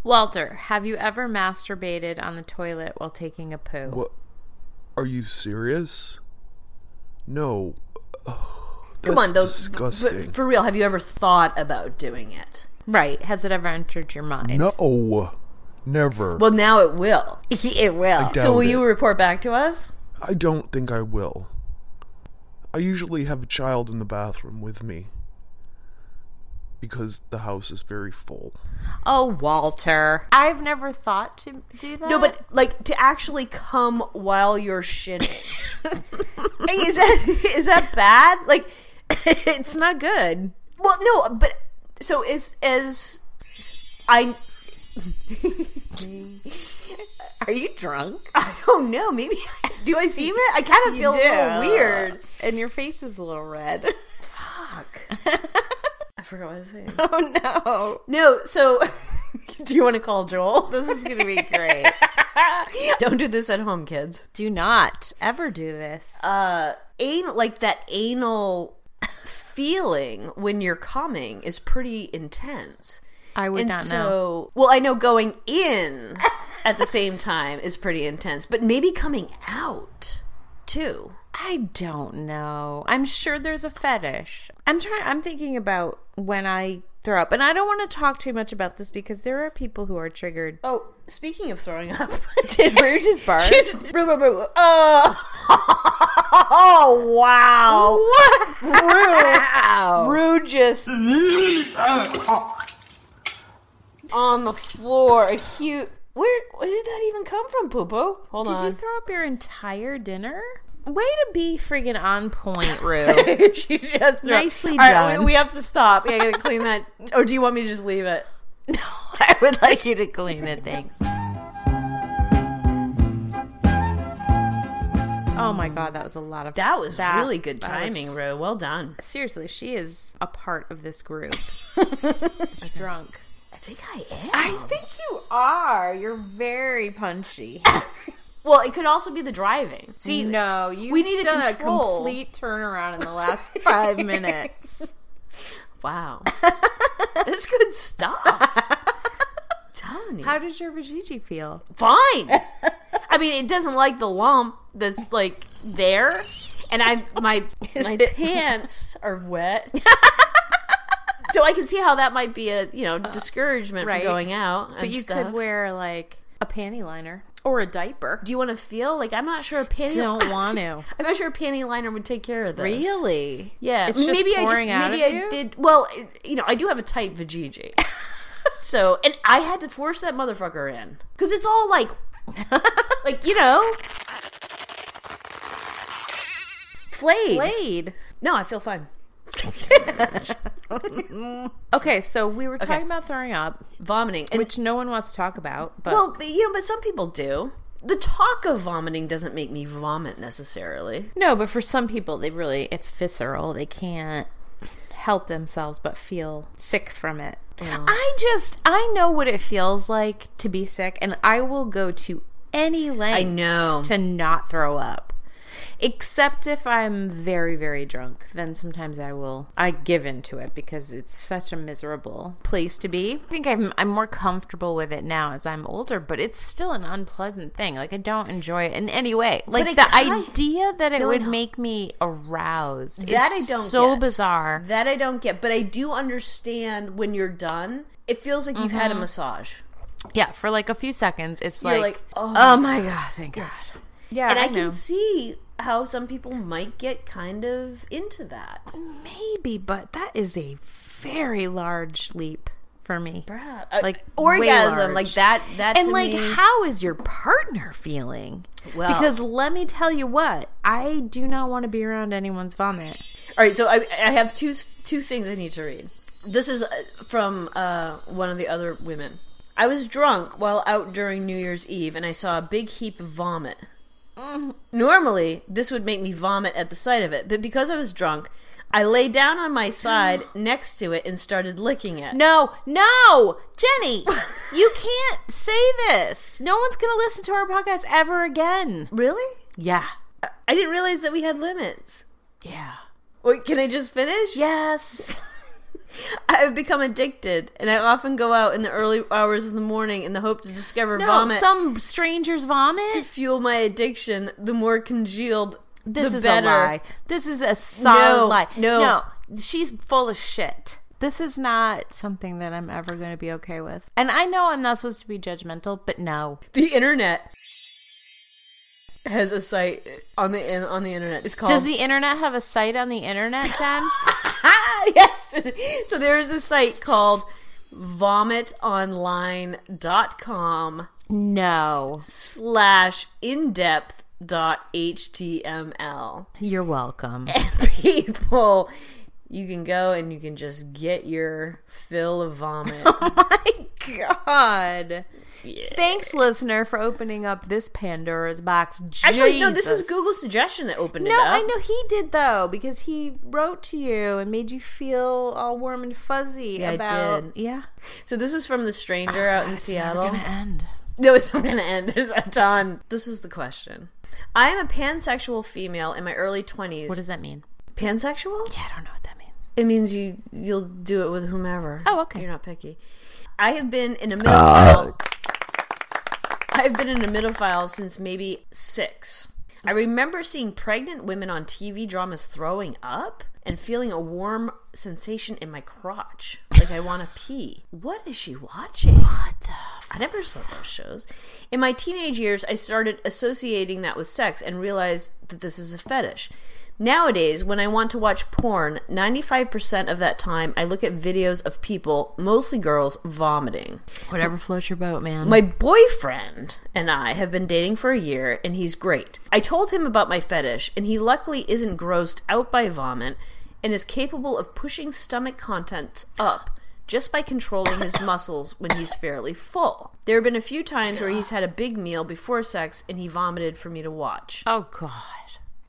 [SPEAKER 4] Walter, have you ever masturbated on the toilet while taking a poo?
[SPEAKER 5] What? Are you serious? No.
[SPEAKER 3] Come on, though. b- b-
[SPEAKER 5] disgusting.
[SPEAKER 3] for real, have you ever thought about doing it?
[SPEAKER 4] Right, has it ever entered your mind?
[SPEAKER 5] no, never.
[SPEAKER 3] Well, now it will.
[SPEAKER 4] *laughs* it will.
[SPEAKER 5] Doubt
[SPEAKER 3] so, will
[SPEAKER 5] it.
[SPEAKER 3] you report back to us?
[SPEAKER 5] I don't think I will. I usually have a child in the bathroom with me because the house is very full.
[SPEAKER 4] Oh, Walter. I've never thought to do that.
[SPEAKER 3] No,
[SPEAKER 4] *laughs*
[SPEAKER 3] but like to actually come while you're shitting. is that is that bad? Like,
[SPEAKER 4] *laughs* it's not good.
[SPEAKER 3] well, no, but so is is I
[SPEAKER 4] Are you drunk?
[SPEAKER 3] I don't know. Maybe *laughs* do I seem it? I kind of feel a little weird.
[SPEAKER 4] And your face is a little red. *laughs*
[SPEAKER 3] *laughs* I forgot what I was saying.
[SPEAKER 4] oh
[SPEAKER 3] No, so *laughs* do you want to call Joel?
[SPEAKER 4] no. This is going to be great. *laughs*
[SPEAKER 3] Don't do this at home, kids.
[SPEAKER 4] do not ever do this.
[SPEAKER 3] uh anal like that anal feeling when you're coming is pretty intense
[SPEAKER 4] I would
[SPEAKER 3] and
[SPEAKER 4] not
[SPEAKER 3] so
[SPEAKER 4] know.
[SPEAKER 3] well i know going in at the same time is pretty intense. But maybe coming out too.
[SPEAKER 4] I don't know. I'm sure there's a fetish. I'm trying I'm thinking about when I throw up. And I don't want to talk too much about this because there are people who are triggered.
[SPEAKER 3] Oh, speaking of throwing up, *laughs*
[SPEAKER 4] Did Rue just bark?
[SPEAKER 3] She's- Roo, Roo, Roo, Oh, *laughs* oh wow! Wow! Rue, Rue just on the floor. A huge. Where, where did that even come from, Poo Poo? Hold
[SPEAKER 4] Did
[SPEAKER 3] on.
[SPEAKER 4] you throw up your entire dinner? Way to be friggin' on point, Rue.
[SPEAKER 3] *laughs* she just threw
[SPEAKER 4] Nicely
[SPEAKER 3] All right,
[SPEAKER 4] done.
[SPEAKER 3] we, we have to stop. Yeah, I gotta clean that. Or do you want me to just leave it?
[SPEAKER 4] *laughs* no, I would like you to clean it, thanks. Oh my god, that was a lot of
[SPEAKER 3] That was
[SPEAKER 4] That-
[SPEAKER 3] really good
[SPEAKER 4] that was-
[SPEAKER 3] timing, Rue. Well done.
[SPEAKER 4] Seriously, she is a part of this *laughs* group. a drunk.
[SPEAKER 3] I think I am.
[SPEAKER 4] I think you are. You're very punchy. *laughs*
[SPEAKER 3] well, it could also be the driving. See,
[SPEAKER 4] no, you
[SPEAKER 3] we need to
[SPEAKER 4] done
[SPEAKER 3] control.
[SPEAKER 4] a complete turnaround in the last *laughs* five minutes. *laughs*
[SPEAKER 3] Wow. That's good stuff. Telling you.
[SPEAKER 4] How does your Vajiji feel?
[SPEAKER 3] Fine. I mean, it doesn't like the lump that's like there. And I
[SPEAKER 4] *laughs*
[SPEAKER 3] my my
[SPEAKER 4] it-
[SPEAKER 3] pants are
[SPEAKER 4] *laughs*
[SPEAKER 3] wet. so I can see how that might be a, you know, discouragement
[SPEAKER 4] Uh, right.
[SPEAKER 3] for going out.
[SPEAKER 4] But you could wear like a panty liner or a diaper.
[SPEAKER 3] Do you want to feel like I'm not sure a panty?
[SPEAKER 4] Don't want to.
[SPEAKER 3] I'm not sure a panty liner would take care of this.
[SPEAKER 4] *laughs* Really?
[SPEAKER 3] Yeah.
[SPEAKER 4] It's just pouring out
[SPEAKER 3] maybe
[SPEAKER 4] of
[SPEAKER 3] I
[SPEAKER 4] you?
[SPEAKER 3] did. Well, it- you know, I do have a tight *laughs* vajiji. so, and I had to force that motherfucker in because it's all *laughs* like, like you know, flayed.
[SPEAKER 4] Blade.
[SPEAKER 3] No, I feel fine.
[SPEAKER 4] Okay, so we were talking about throwing up,
[SPEAKER 3] Vomiting, and,
[SPEAKER 4] which no one wants to talk about, but
[SPEAKER 3] well, but, you know, but some people do. The talk of vomiting doesn't make me vomit necessarily.
[SPEAKER 4] no, but for some people they really it's visceral. They can't help themselves but feel sick from it. I just I know what it feels like to be sick and I will go to any length
[SPEAKER 3] know.
[SPEAKER 4] to not throw up. Except if I'm very, very drunk, then sometimes I will I give in to it because it's such a miserable place to be. I think I'm I'm more comfortable with it now as I'm older, but it's still an unpleasant thing. Like I don't enjoy it in any way. Like
[SPEAKER 3] it
[SPEAKER 4] the
[SPEAKER 3] kind-
[SPEAKER 4] idea that it
[SPEAKER 3] No,
[SPEAKER 4] would
[SPEAKER 3] no.
[SPEAKER 4] make me aroused.
[SPEAKER 3] That
[SPEAKER 4] is
[SPEAKER 3] I don't
[SPEAKER 4] so
[SPEAKER 3] get.
[SPEAKER 4] bizarre.
[SPEAKER 3] That I don't get, but I do understand when you're done. It feels like you've had a massage.
[SPEAKER 4] Yeah, for like a few seconds, it's
[SPEAKER 3] Mm-hmm. You're
[SPEAKER 4] like,
[SPEAKER 3] like, oh,
[SPEAKER 4] oh my god, thank God. Yeah,
[SPEAKER 3] and I, can see how some people might get kind of into that.
[SPEAKER 4] maybe, but that is a very large leap for me.
[SPEAKER 3] Perhaps
[SPEAKER 4] Like, way large.
[SPEAKER 3] orgasm, like that. That
[SPEAKER 4] And
[SPEAKER 3] to
[SPEAKER 4] like,
[SPEAKER 3] me-
[SPEAKER 4] how is your partner feeling?
[SPEAKER 3] Well-
[SPEAKER 4] because let me tell you what, I do not want to be around anyone's vomit.
[SPEAKER 3] All right, so I, I have two two things I need to read. This is uh, from uh, one of the other women. I was drunk while out during New Year's Eve, and I saw a big heap of vomit. Mm-hmm. Normally, this would make me vomit at the sight of it, but because I was drunk, I lay down on my *gasps* side next to it and started licking it.
[SPEAKER 4] No, no, Jenny, you can't say this. No one's going to listen to our podcast ever again.
[SPEAKER 3] Really?
[SPEAKER 4] Yeah,
[SPEAKER 3] I didn't realize that we had limits.
[SPEAKER 4] yeah,
[SPEAKER 3] Wait, can I just finish?
[SPEAKER 4] yes.
[SPEAKER 3] *laughs* I have become addicted, and I often go out in the early hours of the morning in the hope to discover
[SPEAKER 4] No,
[SPEAKER 3] vomit
[SPEAKER 4] some strangers vomit.
[SPEAKER 3] to fuel my addiction. The more congealed,
[SPEAKER 4] This
[SPEAKER 3] the
[SPEAKER 4] is
[SPEAKER 3] better.
[SPEAKER 4] a lie. This is a solid
[SPEAKER 3] No,
[SPEAKER 4] lie.
[SPEAKER 3] no.
[SPEAKER 4] no, she's full of shit. This is not something that I'm ever going to be okay with. And I know I'm not supposed to be judgmental, but no.
[SPEAKER 3] The internet has a site on the in, on the internet. It's called
[SPEAKER 4] Does the internet have a site on the internet, Jen?
[SPEAKER 3] ah, *laughs* yes. So there is a site called vomitonline.com
[SPEAKER 4] no.
[SPEAKER 3] slash in depth dot html.
[SPEAKER 4] You're *laughs* welcome.
[SPEAKER 3] people you can go and you can just get your fill of vomit
[SPEAKER 4] Oh God. Thanks, listener, for opening up this Pandora's box.
[SPEAKER 3] *laughs* actually no this is
[SPEAKER 4] Jesus.
[SPEAKER 3] google's suggestion that opened
[SPEAKER 4] No,
[SPEAKER 3] it up
[SPEAKER 4] I know he did though because he wrote to you and made you feel all warm and fuzzy
[SPEAKER 3] I
[SPEAKER 4] about
[SPEAKER 3] did.
[SPEAKER 4] yeah.
[SPEAKER 3] so this is from the stranger out in seattle
[SPEAKER 4] end.
[SPEAKER 3] no it's not gonna end there's a ton this is the question i am a pansexual female in my early 20s
[SPEAKER 4] What does that mean?
[SPEAKER 3] pansexual
[SPEAKER 4] Yeah, I don't know what that means.
[SPEAKER 3] it means you you'll do it with whomever
[SPEAKER 4] Oh, okay.
[SPEAKER 3] you're not picky i have been in a middle I've been an emedophile since maybe six. I remember seeing pregnant women on TV dramas throwing up and feeling a warm sensation in my crotch, like I want to pee. What is she watching? What the? I never saw those shows. In my teenage years, I started associating that with sex and realized that this is a fetish. Nowadays, when I want to watch porn, 95% of that time I look at videos of people, mostly girls, vomiting.
[SPEAKER 4] Whatever floats your boat, man.
[SPEAKER 3] My boyfriend and I have been dating for a year, and he's great. I told him about my fetish, and he luckily isn't grossed out by vomit and is capable of pushing stomach contents up just by controlling his muscles when he's fairly full. There have been a few times where he's had a big meal before sex and he vomited for me to watch.
[SPEAKER 4] oh god.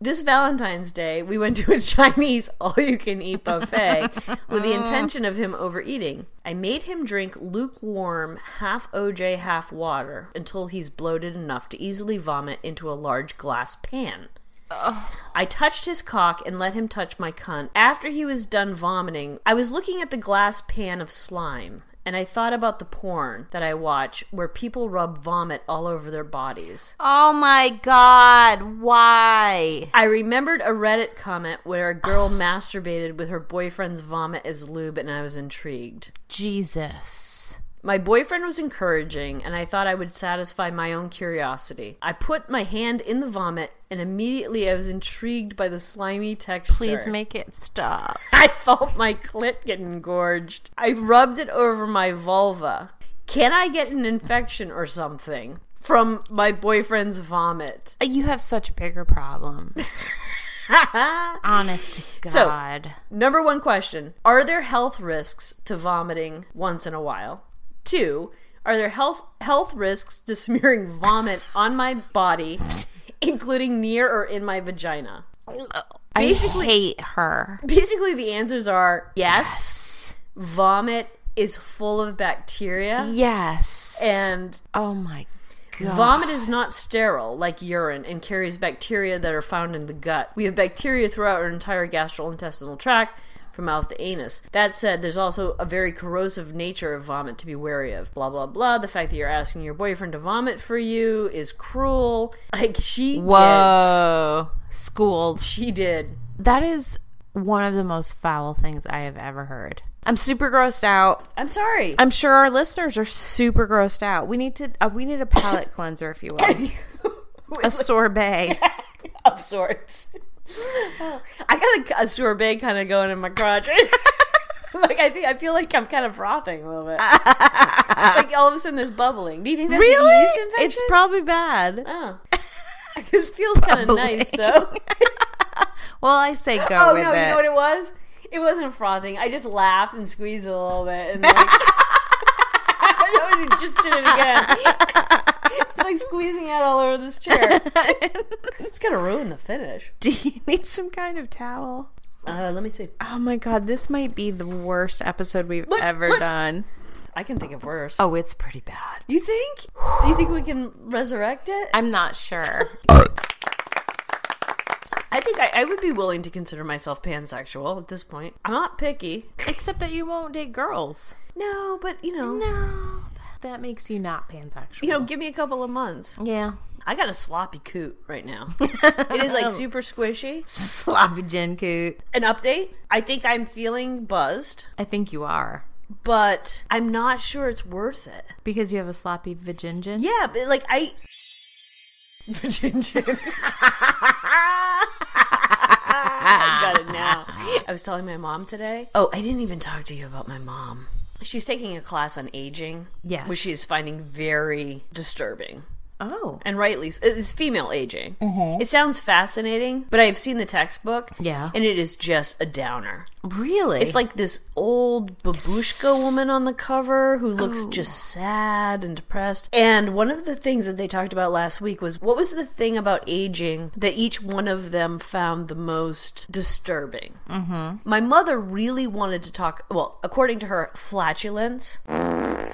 [SPEAKER 3] This Valentine's Day, we went to a *laughs* Chinese all you can eat buffet with the intention of him overeating. I made him drink lukewarm, half OJ, half water until he's bloated enough to easily vomit into a large glass pan. I touched his cock and let him touch my cunt. After he was done vomiting, I was looking at the glass pan of slime. And I thought about the porn that I watch where people rub vomit all over their bodies.
[SPEAKER 4] Oh my god. Why?
[SPEAKER 3] I remembered a Reddit comment where a girl masturbated with her boyfriend's vomit as lube, and I was intrigued.
[SPEAKER 4] Jesus.
[SPEAKER 3] My boyfriend was encouraging, and I thought I would satisfy my own curiosity. I put my hand in the vomit, and immediately I was intrigued by the slimy texture.
[SPEAKER 4] Please make it stop.
[SPEAKER 3] I felt my clit get engorged. I rubbed it over my vulva. Can I get an infection or something from my boyfriend's vomit? *laughs*
[SPEAKER 4] You have such bigger problems. Honest to
[SPEAKER 3] So-
[SPEAKER 4] God.
[SPEAKER 3] Number one question Are there health risks to vomiting once in a while? Two, are there health, health risks to *laughs* smearing vomit on my body, including near or in my vagina?
[SPEAKER 4] I hate her.
[SPEAKER 3] Basically, the answers are yes, vomit is full of bacteria,
[SPEAKER 4] Yes.
[SPEAKER 3] and
[SPEAKER 4] oh my god.
[SPEAKER 3] Vomit is not sterile like urine and carries bacteria that are found in the gut. We have bacteria throughout our entire gastrointestinal tract. From mouth to anus. That said, there's also a very corrosive nature of vomit to be wary of. Blah blah blah. The fact that you're asking your boyfriend to vomit for you is cruel. Like she
[SPEAKER 4] Whoa. Schooled.
[SPEAKER 3] gets, she did.
[SPEAKER 4] That is one of the most foul things I have ever heard. I'm super grossed out.
[SPEAKER 3] I'm sorry.
[SPEAKER 4] I'm sure our listeners are super grossed out. We need to uh, we need a palate *laughs* cleanser, if you will,
[SPEAKER 3] *laughs*
[SPEAKER 4] a sorbet. *laughs*
[SPEAKER 3] of sorts. *laughs* I got a, a sorbet kind of going in my crotch. *laughs* like I think I feel like I'm kind of frothing a
[SPEAKER 4] *laughs*
[SPEAKER 3] little bit. like all of a sudden there's bubbling. Do you think that's a yeast infection?
[SPEAKER 4] It's probably bad.
[SPEAKER 3] oh. this feels kind of *laughs* nice
[SPEAKER 4] *laughs*
[SPEAKER 3] though.
[SPEAKER 4] Well, I say go
[SPEAKER 3] oh no,
[SPEAKER 4] with
[SPEAKER 3] you
[SPEAKER 4] it.
[SPEAKER 3] know what it was? It wasn't frothing. I just laughed and squeezed a little bit, and
[SPEAKER 4] *laughs*
[SPEAKER 3] like, *laughs* No, you just did it again. it's like squeezing out all over this
[SPEAKER 4] *laughs*
[SPEAKER 3] chair. it's gonna ruin the finish.
[SPEAKER 4] *laughs* Do you need some kind of towel?
[SPEAKER 3] Uh, let me see.
[SPEAKER 4] Oh my god, this might be the worst episode we've ever done.
[SPEAKER 3] I can think of worse.
[SPEAKER 4] Oh, it's pretty bad.
[SPEAKER 3] You think? Do you think we can resurrect it? I,
[SPEAKER 4] I'm
[SPEAKER 3] *laughs*
[SPEAKER 4] not sure.
[SPEAKER 3] think I, I would be willing to consider myself pansexual at this point. I'm not picky.
[SPEAKER 4] Except that you won't date girls.
[SPEAKER 3] No, but you know,
[SPEAKER 4] No. That makes you not pansexual.
[SPEAKER 3] you know, give me a couple of months.
[SPEAKER 4] yeah. *laughs*
[SPEAKER 3] I got a sloppy coot right now. it is like super squishy.
[SPEAKER 4] Sloppy Jen Coot.
[SPEAKER 3] An update. I think I'm feeling buzzed,
[SPEAKER 4] I think you are.
[SPEAKER 3] but I'm not sure it's worth it.
[SPEAKER 4] Because you have a sloppy vagingin?
[SPEAKER 3] Yeah, but like I. Ginger. I got it now. I was telling my mom today. Oh, I didn't even talk to you about my mom. She's taking a class on aging.
[SPEAKER 4] Yes.
[SPEAKER 3] Which she is finding very disturbing.
[SPEAKER 4] Oh.
[SPEAKER 3] And rightly, so. it's female aging. It sounds fascinating, but I've seen the textbook.
[SPEAKER 4] Yeah.
[SPEAKER 3] And it is just a downer.
[SPEAKER 4] Really? *laughs*
[SPEAKER 3] It's like this old babushka woman on the cover who looks just sad and depressed. And one of the things that they talked about last week was what was the thing about aging that each one of them found the most disturbing? Mm-hmm. My mother really wanted to talk, well, according to her, flatulence.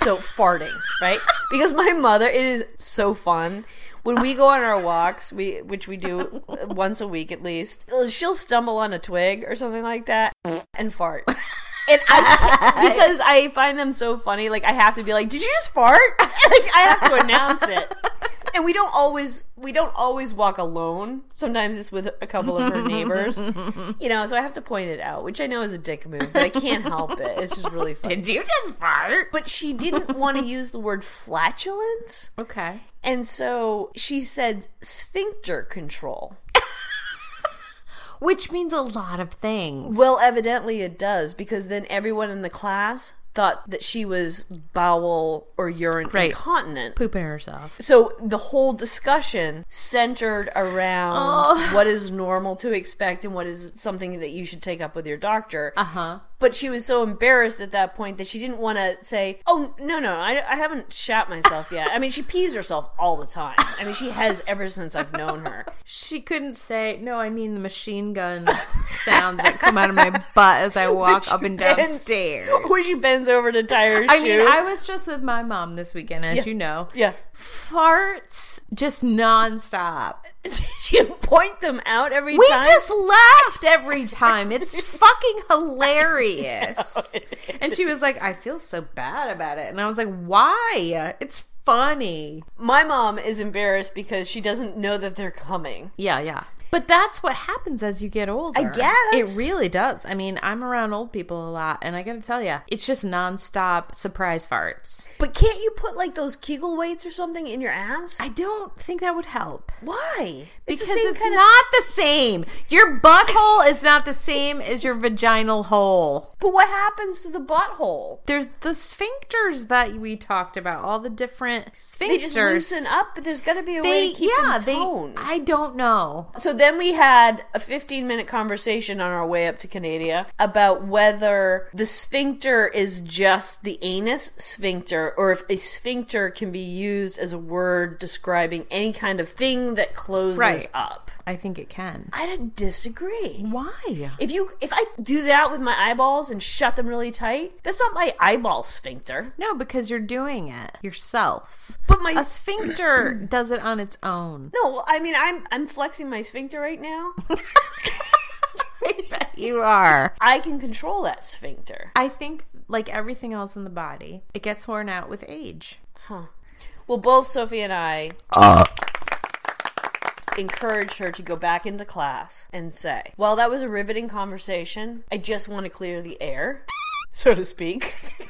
[SPEAKER 3] So farting, right? Because my mother, it is so fun. When we go on our walks, we which we do once a week at least, she'll stumble on a twig or something like that and fart. and I, because I find them so funny, like I have to be like, "Did you just fart?" *laughs* like I have to announce it. And we don't always we don't always walk alone. Sometimes it's with a couple of her neighbors, you know. So I have to point it out, which I know is a dick move, but I can't help it. It's just really funny.
[SPEAKER 4] *laughs* Did you just fart?
[SPEAKER 3] But she didn't want to use the word flatulence,
[SPEAKER 4] Okay.
[SPEAKER 3] and so she said sphincter control.
[SPEAKER 4] Which means a lot of things.
[SPEAKER 3] Well, evidently it does because then everyone in the class thought that she was bowel or urine
[SPEAKER 4] Right.
[SPEAKER 3] incontinent.
[SPEAKER 4] Pooping herself.
[SPEAKER 3] So the whole discussion centered around
[SPEAKER 4] Oh.
[SPEAKER 3] what is normal to expect and what is something that you should take up with your doctor. Uh
[SPEAKER 4] Uh-huh.
[SPEAKER 3] huh. But she was so embarrassed at that point that she didn't want to say, "Oh no, no, I, I haven't shat myself yet." I mean, she pees herself all the time. I mean, she has ever since I've known her.
[SPEAKER 4] She couldn't say, no, I mean the machine *laughs* gun sounds that come out of my butt as *laughs* I walk up and down
[SPEAKER 3] bends- *laughs*
[SPEAKER 4] *laughs* stairs.
[SPEAKER 3] Where she bends over to tie her
[SPEAKER 4] I
[SPEAKER 3] shoe.
[SPEAKER 4] mean, I was just with my mom this weekend, as you know.
[SPEAKER 3] yeah.
[SPEAKER 4] Farts just nonstop.
[SPEAKER 3] Did *laughs* you point them out every
[SPEAKER 4] We
[SPEAKER 3] time?
[SPEAKER 4] just laughed every time. It's fucking *laughs* hilarious. And she was like, I feel so bad about it. And I was like, why? It's funny.
[SPEAKER 3] My mom is embarrassed because she doesn't know that they're coming.
[SPEAKER 4] Yeah, yeah. But that's what happens as you get older.
[SPEAKER 3] I guess.
[SPEAKER 4] It really does. I mean, I'm around old people a lot, and I gotta tell you, it's just nonstop surprise farts.
[SPEAKER 3] But can't you put like those Kegel weights or something in your ass?
[SPEAKER 4] I don't think that would help.
[SPEAKER 3] Why?
[SPEAKER 4] Because
[SPEAKER 3] the same
[SPEAKER 4] it's
[SPEAKER 3] kind of-
[SPEAKER 4] not the same. Your butthole is not the same as your vaginal hole.
[SPEAKER 3] But what happens to the butthole?
[SPEAKER 4] There's the sphincters that we talked about, all the different sphincters.
[SPEAKER 3] They just loosen up, but there's got to be a way to keep them toned.
[SPEAKER 4] I don't know.
[SPEAKER 3] So then we had a 15 minute conversation on our way up to Canada about whether the sphincter is just the anus sphincter or if a sphincter can be used as a word describing any kind of thing that closes
[SPEAKER 4] Right.
[SPEAKER 3] up.
[SPEAKER 4] I think it can.
[SPEAKER 3] I don't disagree.
[SPEAKER 4] Why?
[SPEAKER 3] If you if I do that with my eyeballs and shut them really tight, that's not my eyeball sphincter.
[SPEAKER 4] No, because you're doing it yourself.
[SPEAKER 3] But my *clears throat*
[SPEAKER 4] A sphincter does it on its own.
[SPEAKER 3] No, I mean I'm I'm flexing my sphincter right
[SPEAKER 4] *laughs*
[SPEAKER 3] now.
[SPEAKER 4] You are.
[SPEAKER 3] I can control that sphincter.
[SPEAKER 4] I think, like everything else in the body, it gets worn out with age.
[SPEAKER 3] Well, both Sophie and I encouraged her to go back into class and say, Well, that was a riveting conversation. I just want to clear the air, *laughs* so to speak. *laughs*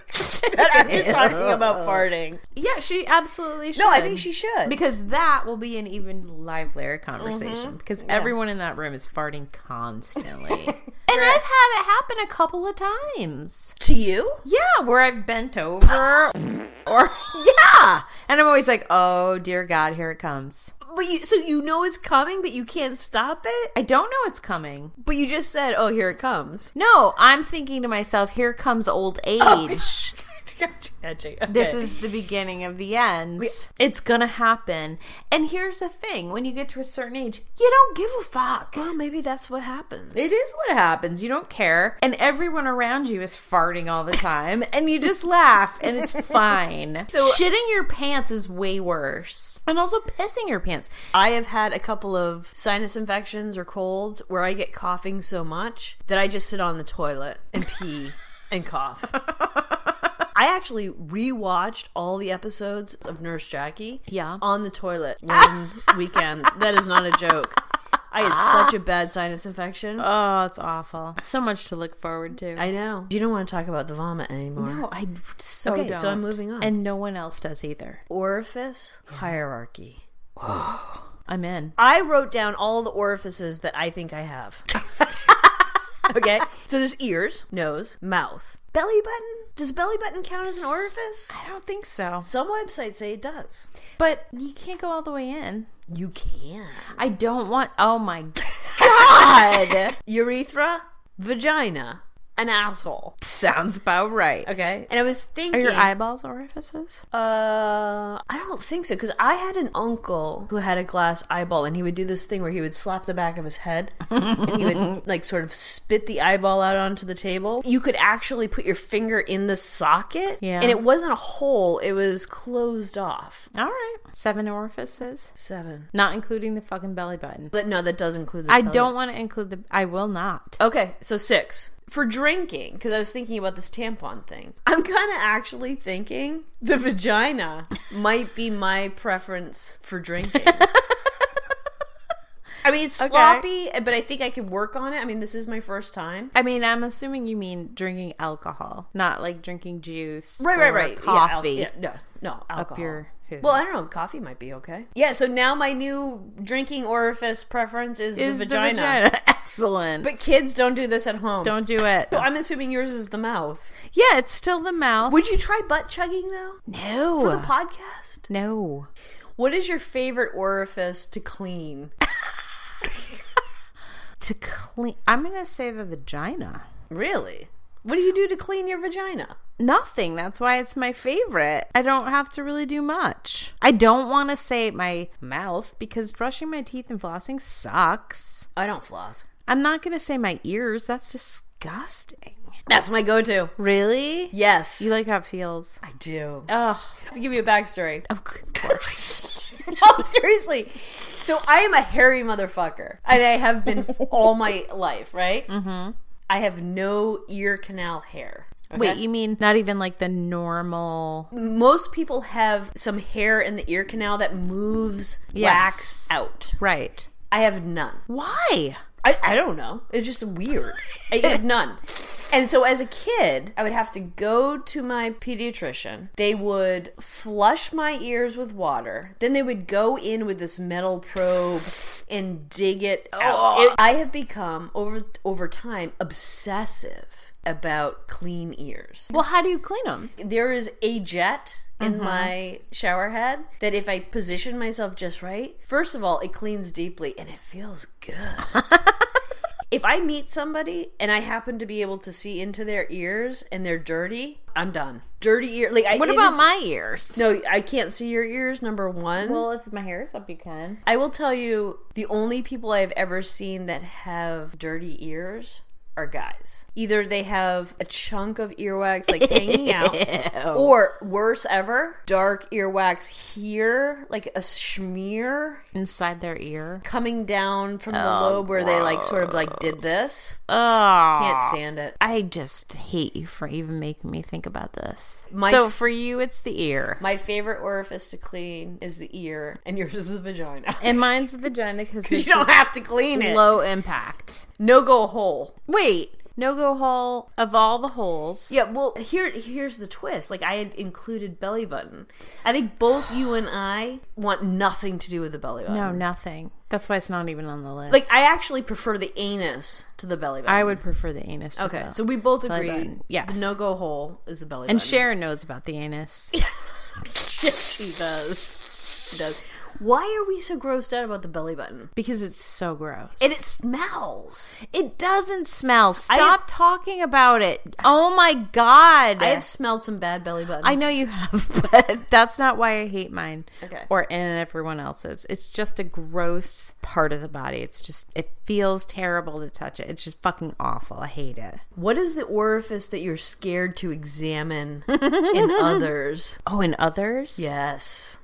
[SPEAKER 3] that I'm just talking *laughs* about farting.
[SPEAKER 4] Yeah, she absolutely should.
[SPEAKER 3] No, I think she should.
[SPEAKER 4] Because that will be an even livelier conversation because everyone in that room is farting constantly. *laughs* and I've had it happen a couple of times.
[SPEAKER 3] to you?
[SPEAKER 4] Yeah, where I've bent *laughs* over or yeah. And I'm always like, "Oh, dear god, here it comes."
[SPEAKER 3] But you so you know it's coming, but you can't stop it?
[SPEAKER 4] I don't know it's coming.
[SPEAKER 3] But you just said, Oh, here it *laughs* comes.
[SPEAKER 4] No, I'm thinking to myself, "Here comes old age." This is the beginning of the end. It's gonna happen. And here's the thing when you get to a certain age, you don't give a fuck.
[SPEAKER 3] Well, maybe that's what happens.
[SPEAKER 4] It is what happens. You don't care. And everyone around you is farting all the time. And you just laugh
[SPEAKER 3] *laughs*
[SPEAKER 4] and it's fine. So shitting your pants is way worse. And also pissing your pants.
[SPEAKER 3] I have had a couple of sinus infections or colds where I get coughing so much that I just sit on the toilet and pee
[SPEAKER 4] *laughs*
[SPEAKER 3] and cough. I actually rewatched all the episodes of Nurse Jackie
[SPEAKER 4] Yeah.
[SPEAKER 3] on the toilet
[SPEAKER 4] *laughs*
[SPEAKER 3] one weekend. That is not a joke. I had such a bad sinus infection.
[SPEAKER 4] Oh, it's awful. So much to look forward to.
[SPEAKER 3] I know. You don't want to talk about the vomit anymore.
[SPEAKER 4] no, I so
[SPEAKER 3] Okay,
[SPEAKER 4] don't.
[SPEAKER 3] so I'm moving on.
[SPEAKER 4] And no one else does either.
[SPEAKER 3] Orifice hierarchy.
[SPEAKER 4] I'm in.
[SPEAKER 3] I wrote down all the orifices that I think I
[SPEAKER 4] *laughs*
[SPEAKER 3] have. okay. So there's ears, nose, mouth, belly button. Does belly button count as an orifice?
[SPEAKER 4] I don't think so.
[SPEAKER 3] Some websites say it does.
[SPEAKER 4] But you can't go all the way in.
[SPEAKER 3] You can.
[SPEAKER 4] I don't want. Oh my *laughs* god.
[SPEAKER 3] *laughs* Urethra, vagina, an asshole.
[SPEAKER 4] Sounds about right.
[SPEAKER 3] Okay. And I was
[SPEAKER 4] Are
[SPEAKER 3] thinking.
[SPEAKER 4] your eyeballs orifices?
[SPEAKER 3] Uh, I don't think so because I had an uncle who had a glass eyeball, and he would do this thing where he would slap the back of his head, and he
[SPEAKER 4] *laughs*
[SPEAKER 3] would like sort of spit the eyeball out onto the table. You could actually put your finger in the socket,
[SPEAKER 4] Yeah.
[SPEAKER 3] and it wasn't a hole; it was closed off.
[SPEAKER 4] All right. Seven orifices.
[SPEAKER 3] Seven,
[SPEAKER 4] Not including the fucking belly button.
[SPEAKER 3] but no, that does include. The
[SPEAKER 4] I
[SPEAKER 3] belly.
[SPEAKER 4] don't want to include the. I will not.
[SPEAKER 3] Okay, so six. for drinking, because I was thinking about this tampon thing, I'm kind of actually thinking the vagina might be my preference for
[SPEAKER 4] *laughs*
[SPEAKER 3] drinking. I mean, it's
[SPEAKER 4] Okay.
[SPEAKER 3] sloppy, but I think I could work on it. I mean, this is my first time.
[SPEAKER 4] I mean, I'm assuming you mean drinking alcohol, not like drinking juice.
[SPEAKER 3] Right, right,
[SPEAKER 4] or
[SPEAKER 3] right. Yeah, al-
[SPEAKER 4] Coffee.
[SPEAKER 3] yeah, no, no, alcohol.
[SPEAKER 4] Up your hoop.
[SPEAKER 3] Well, I don't know. Coffee might be okay. Yeah. So now my new drinking orifice preference is,
[SPEAKER 4] is
[SPEAKER 3] the vagina.
[SPEAKER 4] *laughs* Excellent.
[SPEAKER 3] But kids don't do this at home.
[SPEAKER 4] don't do it.
[SPEAKER 3] So I'm assuming yours is the mouth.
[SPEAKER 4] Yeah, it's still the mouth.
[SPEAKER 3] Would you try butt chugging though
[SPEAKER 4] no.
[SPEAKER 3] for the podcast?
[SPEAKER 4] no.
[SPEAKER 3] What is your favorite orifice to clean?
[SPEAKER 4] To clean. I'm going to say the vagina.
[SPEAKER 3] Really? What do you do to clean your vagina?
[SPEAKER 4] Nothing. That's why it's my favorite. I don't have to really do much. I don't want to say my mouth because brushing my teeth and flossing sucks.
[SPEAKER 3] I don't floss.
[SPEAKER 4] I'm not going to say my ears. That's disgusting.
[SPEAKER 3] That's my go-to.
[SPEAKER 4] Really?
[SPEAKER 3] Yes,
[SPEAKER 4] You like how it feels?
[SPEAKER 3] I do.
[SPEAKER 4] Oh,
[SPEAKER 3] To give you a backstory.
[SPEAKER 4] of course.
[SPEAKER 3] *laughs*
[SPEAKER 4] *laughs*
[SPEAKER 3] no, seriously. So I am a hairy motherfucker, and I have been *laughs* f- all my life. Right? Mm-hmm. I have no ear canal hair. okay?
[SPEAKER 4] Wait, you mean not even like the normal?
[SPEAKER 3] most people have some hair in the ear canal that moves wax
[SPEAKER 4] Yes.
[SPEAKER 3] out.
[SPEAKER 4] Right.
[SPEAKER 3] I have none.
[SPEAKER 4] Why?
[SPEAKER 3] I, I don't know. It's just weird. I have none. And so as a kid, I would have to go to my pediatrician. They would flush my ears with water. Then they would go in with this metal probe and dig it out. It- I have become over over time obsessive about clean ears
[SPEAKER 4] Well, how do you clean them?
[SPEAKER 3] there is a jet in
[SPEAKER 4] Mm-hmm.
[SPEAKER 3] my shower head that if I position myself just right, first of all, it cleans deeply and it feels
[SPEAKER 4] *laughs*
[SPEAKER 3] good. if I meet somebody and I happen to be able to see into their ears and they're dirty, I'm done. Dirty ear. Like I,
[SPEAKER 4] What
[SPEAKER 3] it
[SPEAKER 4] about
[SPEAKER 3] is-
[SPEAKER 4] my ears?
[SPEAKER 3] No, I can't see your ears. Number one.
[SPEAKER 4] if my hair's up, you can.
[SPEAKER 3] I will tell you, the only people I've ever seen that have dirty ears are guys. Either they have a chunk of earwax like hanging out, or worse ever, dark earwax here, like a smear
[SPEAKER 4] Inside their ear.
[SPEAKER 3] coming down from the lobe where they like sort of like did this.
[SPEAKER 4] Oh,
[SPEAKER 3] Can't stand it.
[SPEAKER 4] I just hate you for even making me think about this.
[SPEAKER 3] My
[SPEAKER 4] so
[SPEAKER 3] f-
[SPEAKER 4] for you, it's the ear,
[SPEAKER 3] My favorite orifice to clean is the ear, and yours is the vagina.
[SPEAKER 4] and
[SPEAKER 3] *laughs*
[SPEAKER 4] mine's the vagina *laughs* because
[SPEAKER 3] you don't have to clean it.
[SPEAKER 4] low impact.
[SPEAKER 3] No go hole.
[SPEAKER 4] Wait, no go hole of all the holes.
[SPEAKER 3] Yeah, well, here here's the twist. Like I had included belly button. I think both you and I want nothing to do with the belly button.
[SPEAKER 4] No, nothing. That's why it's not even on the list.
[SPEAKER 3] Like I actually prefer the anus to the belly button.
[SPEAKER 4] I would prefer the anus. To
[SPEAKER 3] okay,
[SPEAKER 4] the-
[SPEAKER 3] so we both
[SPEAKER 4] Belly
[SPEAKER 3] agree.
[SPEAKER 4] button, yes.
[SPEAKER 3] the no go hole is the belly
[SPEAKER 4] and
[SPEAKER 3] button.
[SPEAKER 4] Sharon knows about the *laughs* anus.
[SPEAKER 3] *laughs* she does. She does. Why are we so grossed out about the belly button?
[SPEAKER 4] Because it's so gross.
[SPEAKER 3] And it smells.
[SPEAKER 4] It doesn't smell. Stop talking about it. Oh my god.
[SPEAKER 3] I have smelled some bad belly buttons.
[SPEAKER 4] I know you have, *laughs* but that's not why I hate mine
[SPEAKER 3] Okay.
[SPEAKER 4] or and everyone else's. It's just a gross part of the body. It's just it feels terrible to touch it. It's just fucking awful. I hate it.
[SPEAKER 3] What is the orifice that you're scared to
[SPEAKER 4] *laughs*
[SPEAKER 3] examine in others?
[SPEAKER 4] Oh, and others?
[SPEAKER 3] Yes.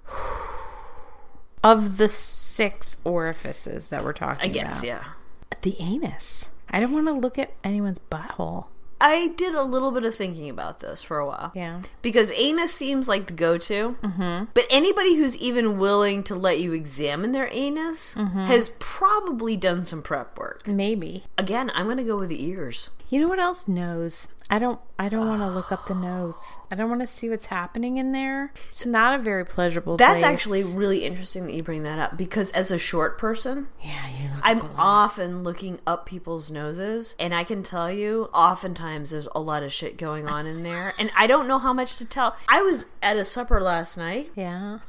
[SPEAKER 4] Of the six orifices that we're talking
[SPEAKER 3] I guess, yeah.
[SPEAKER 4] about. The anus. I don't want to look at anyone's butthole.
[SPEAKER 3] I did a little bit of thinking about this for a while.
[SPEAKER 4] Yeah.
[SPEAKER 3] Because anus seems like the go to. Mm-hmm. But anybody who's even willing to let you examine their anus
[SPEAKER 4] Mm-hmm.
[SPEAKER 3] has probably done some prep work.
[SPEAKER 4] Maybe.
[SPEAKER 3] Again, I'm going to go with the ears.
[SPEAKER 4] You know what else? Nose. I don't. I don't want to look up the nose. I don't want to see what's happening in there. It's not a very pleasurable.
[SPEAKER 3] That's
[SPEAKER 4] place.
[SPEAKER 3] actually really interesting that you bring that up because as a short person,
[SPEAKER 4] Yeah, you look.
[SPEAKER 3] I'm often looking up people's noses, and I can tell you, oftentimes there's a lot of shit going on in there, and I don't know how much to tell. I was at a supper last night,
[SPEAKER 4] yeah.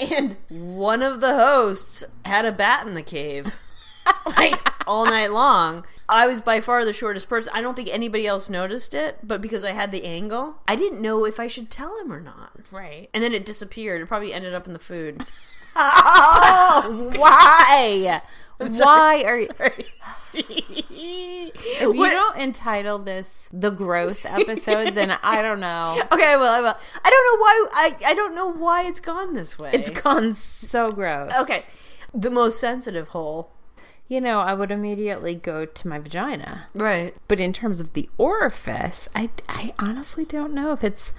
[SPEAKER 3] and one of the hosts had a bat in the *laughs* cave, like all night long. I was by far the shortest person. I don't think anybody else noticed it, but because I had the angle, I didn't know if I should tell him or not.
[SPEAKER 4] right.
[SPEAKER 3] And then it disappeared. It probably ended up in the food. *laughs*
[SPEAKER 4] *laughs* Oh, why? Why are you? If you
[SPEAKER 3] What-
[SPEAKER 4] don't entitle this the *laughs* gross episode, then I don't know.
[SPEAKER 3] Okay, well, I will. I don't know why. I, I don't know why it's gone this way.
[SPEAKER 4] It's gone so gross.
[SPEAKER 3] okay. The most sensitive hole.
[SPEAKER 4] you know, I would immediately go to my vagina.
[SPEAKER 3] Right.
[SPEAKER 4] But in terms of the orifice, I, I honestly don't know if it's.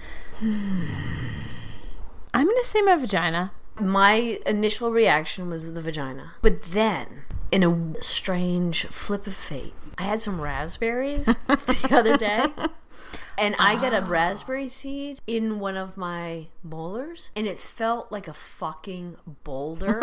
[SPEAKER 4] I'm going to say my vagina.
[SPEAKER 3] My initial reaction was the vagina. But then, in a w- strange flip of fate, I had some raspberries *laughs* the other day. And I got a
[SPEAKER 4] Oh.
[SPEAKER 3] raspberry seed in one of my molars, and it felt like a fucking boulder.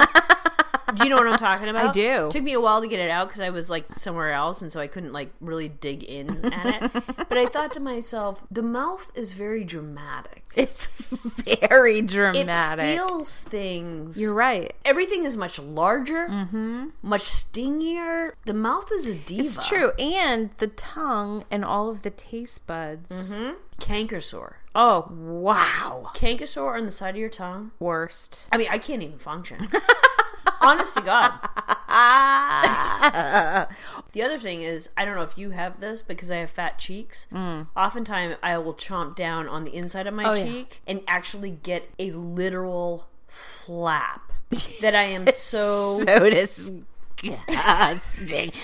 [SPEAKER 3] Do you know what I'm talking about?
[SPEAKER 4] *laughs* I do.
[SPEAKER 3] Took me a while to get it out because I was like somewhere else, and so I couldn't like really dig in
[SPEAKER 4] *laughs*
[SPEAKER 3] at it. but I thought to myself, the mouth is very dramatic.
[SPEAKER 4] It's very
[SPEAKER 3] It
[SPEAKER 4] dramatic.
[SPEAKER 3] feels things.
[SPEAKER 4] You're right.
[SPEAKER 3] Everything is much larger, mm-hmm. much stingier. The mouth is a diva.
[SPEAKER 4] It's true. And the tongue and all of the taste buds.
[SPEAKER 3] Hmm? Canker sore.
[SPEAKER 4] Oh, wow.
[SPEAKER 3] Canker sore on the side of your tongue.
[SPEAKER 4] Worst.
[SPEAKER 3] I mean, I can't even
[SPEAKER 4] *laughs*
[SPEAKER 3] function. Honest to God. the other thing is, I don't know if you have this because I have fat cheeks. Oftentimes, I will chomp down on the inside of my
[SPEAKER 4] Mm. Oh, yeah.
[SPEAKER 3] cheek and actually get a literal flap
[SPEAKER 4] *laughs*
[SPEAKER 3] that I am *laughs* so
[SPEAKER 4] so disgusting.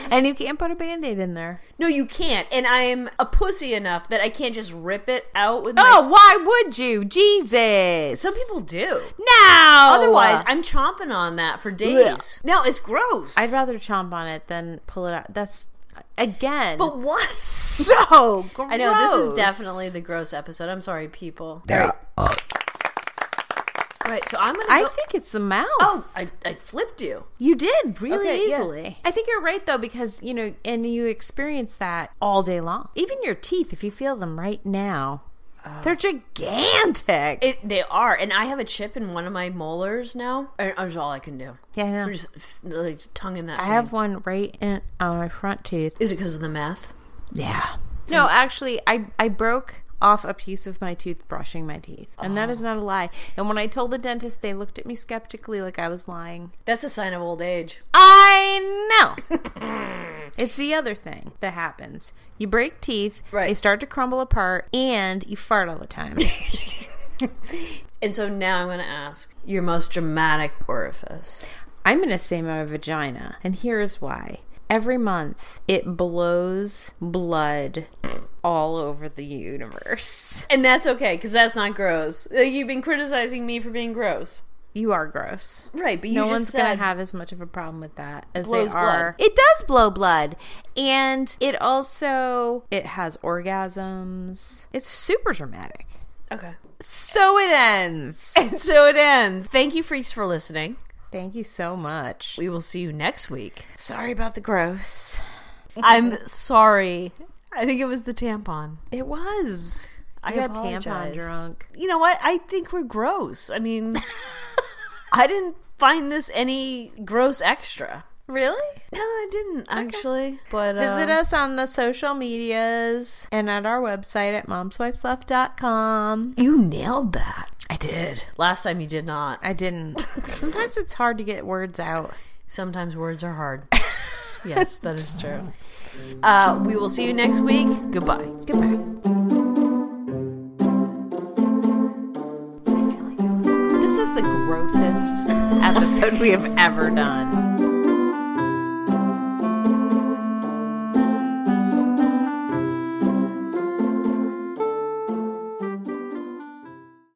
[SPEAKER 4] and you can't put a band aid in there.
[SPEAKER 3] No, you can't. And I'm a pussy enough that I can't just rip it out with my.
[SPEAKER 4] Oh, why would you? Jesus.
[SPEAKER 3] Some people do.
[SPEAKER 4] No. uh,
[SPEAKER 3] Otherwise, I'm chomping on that for days. No, it's gross.
[SPEAKER 4] I'd rather chomp on it than pull it out. That's, again, *laughs*
[SPEAKER 3] But what?
[SPEAKER 4] so gross.
[SPEAKER 3] I know this is definitely the gross episode. I'm sorry, people. Right. So I'm gonna.
[SPEAKER 4] I
[SPEAKER 3] go-
[SPEAKER 4] think it's the mouth.
[SPEAKER 3] Oh, I, I flipped you.
[SPEAKER 4] You did really
[SPEAKER 3] Okay, yeah.
[SPEAKER 4] easily. I think you're right though, because you know, and you experience that all day long. Even your teeth, if you feel them right now, they're gigantic.
[SPEAKER 3] It. They are, and I have a chip in one of my molars now. And That's all I can do.
[SPEAKER 4] yeah, I know.
[SPEAKER 3] I'm just f- like tongue in that.
[SPEAKER 4] I have one right in on my front tooth.
[SPEAKER 3] Is it because of the meth?
[SPEAKER 4] Yeah. No, actually, I I broke off a piece of my tooth brushing my teeth, and that is not a lie. And when I told the dentist, they looked at me skeptically, like I was lying.
[SPEAKER 3] That's a sign of old age.
[SPEAKER 4] I know. *laughs* it's the other thing that happens. You break teeth,
[SPEAKER 3] Right.
[SPEAKER 4] they start to crumble apart, and you fart all the time.
[SPEAKER 3] *laughs* And so now I'm going to ask your most dramatic orifice.
[SPEAKER 4] I'm going to say my vagina, and here's why. Every month, it blows blood all over the universe.
[SPEAKER 3] And that's okay because that's not gross. Like, you've been criticizing me for being gross.
[SPEAKER 4] You are gross.
[SPEAKER 3] Right, but you
[SPEAKER 4] no
[SPEAKER 3] just
[SPEAKER 4] one's
[SPEAKER 3] said,
[SPEAKER 4] going to have as much of a problem with that as they
[SPEAKER 3] Blows
[SPEAKER 4] are. It does blow blood, and it also it has orgasms. It's super dramatic.
[SPEAKER 3] *laughs* Okay.
[SPEAKER 4] So it ends.
[SPEAKER 3] And so it ends. Thank you, freaks, for listening.
[SPEAKER 4] Thank you so much.
[SPEAKER 3] We will see you next week.
[SPEAKER 4] Sorry about the gross.
[SPEAKER 3] I'm sorry. I think it was the tampon.
[SPEAKER 4] It was.
[SPEAKER 3] I
[SPEAKER 4] I got
[SPEAKER 3] apologize.
[SPEAKER 4] tampon drunk.
[SPEAKER 3] You know what? I think we're gross. I mean, *laughs* I didn't find this any gross extra.
[SPEAKER 4] Really?
[SPEAKER 3] No, I didn't actually. But uh,
[SPEAKER 4] Visit us on the social medias and at our website at momswipesleft.com.
[SPEAKER 3] You nailed that. I did. Last time you did not.
[SPEAKER 4] I *laughs* didn't. Sometimes it's hard to get words out.
[SPEAKER 3] Sometimes words are hard. yes, that is true. Uh, we will see you next week. Goodbye.
[SPEAKER 4] Goodbye. This is the grossest episode we have ever done.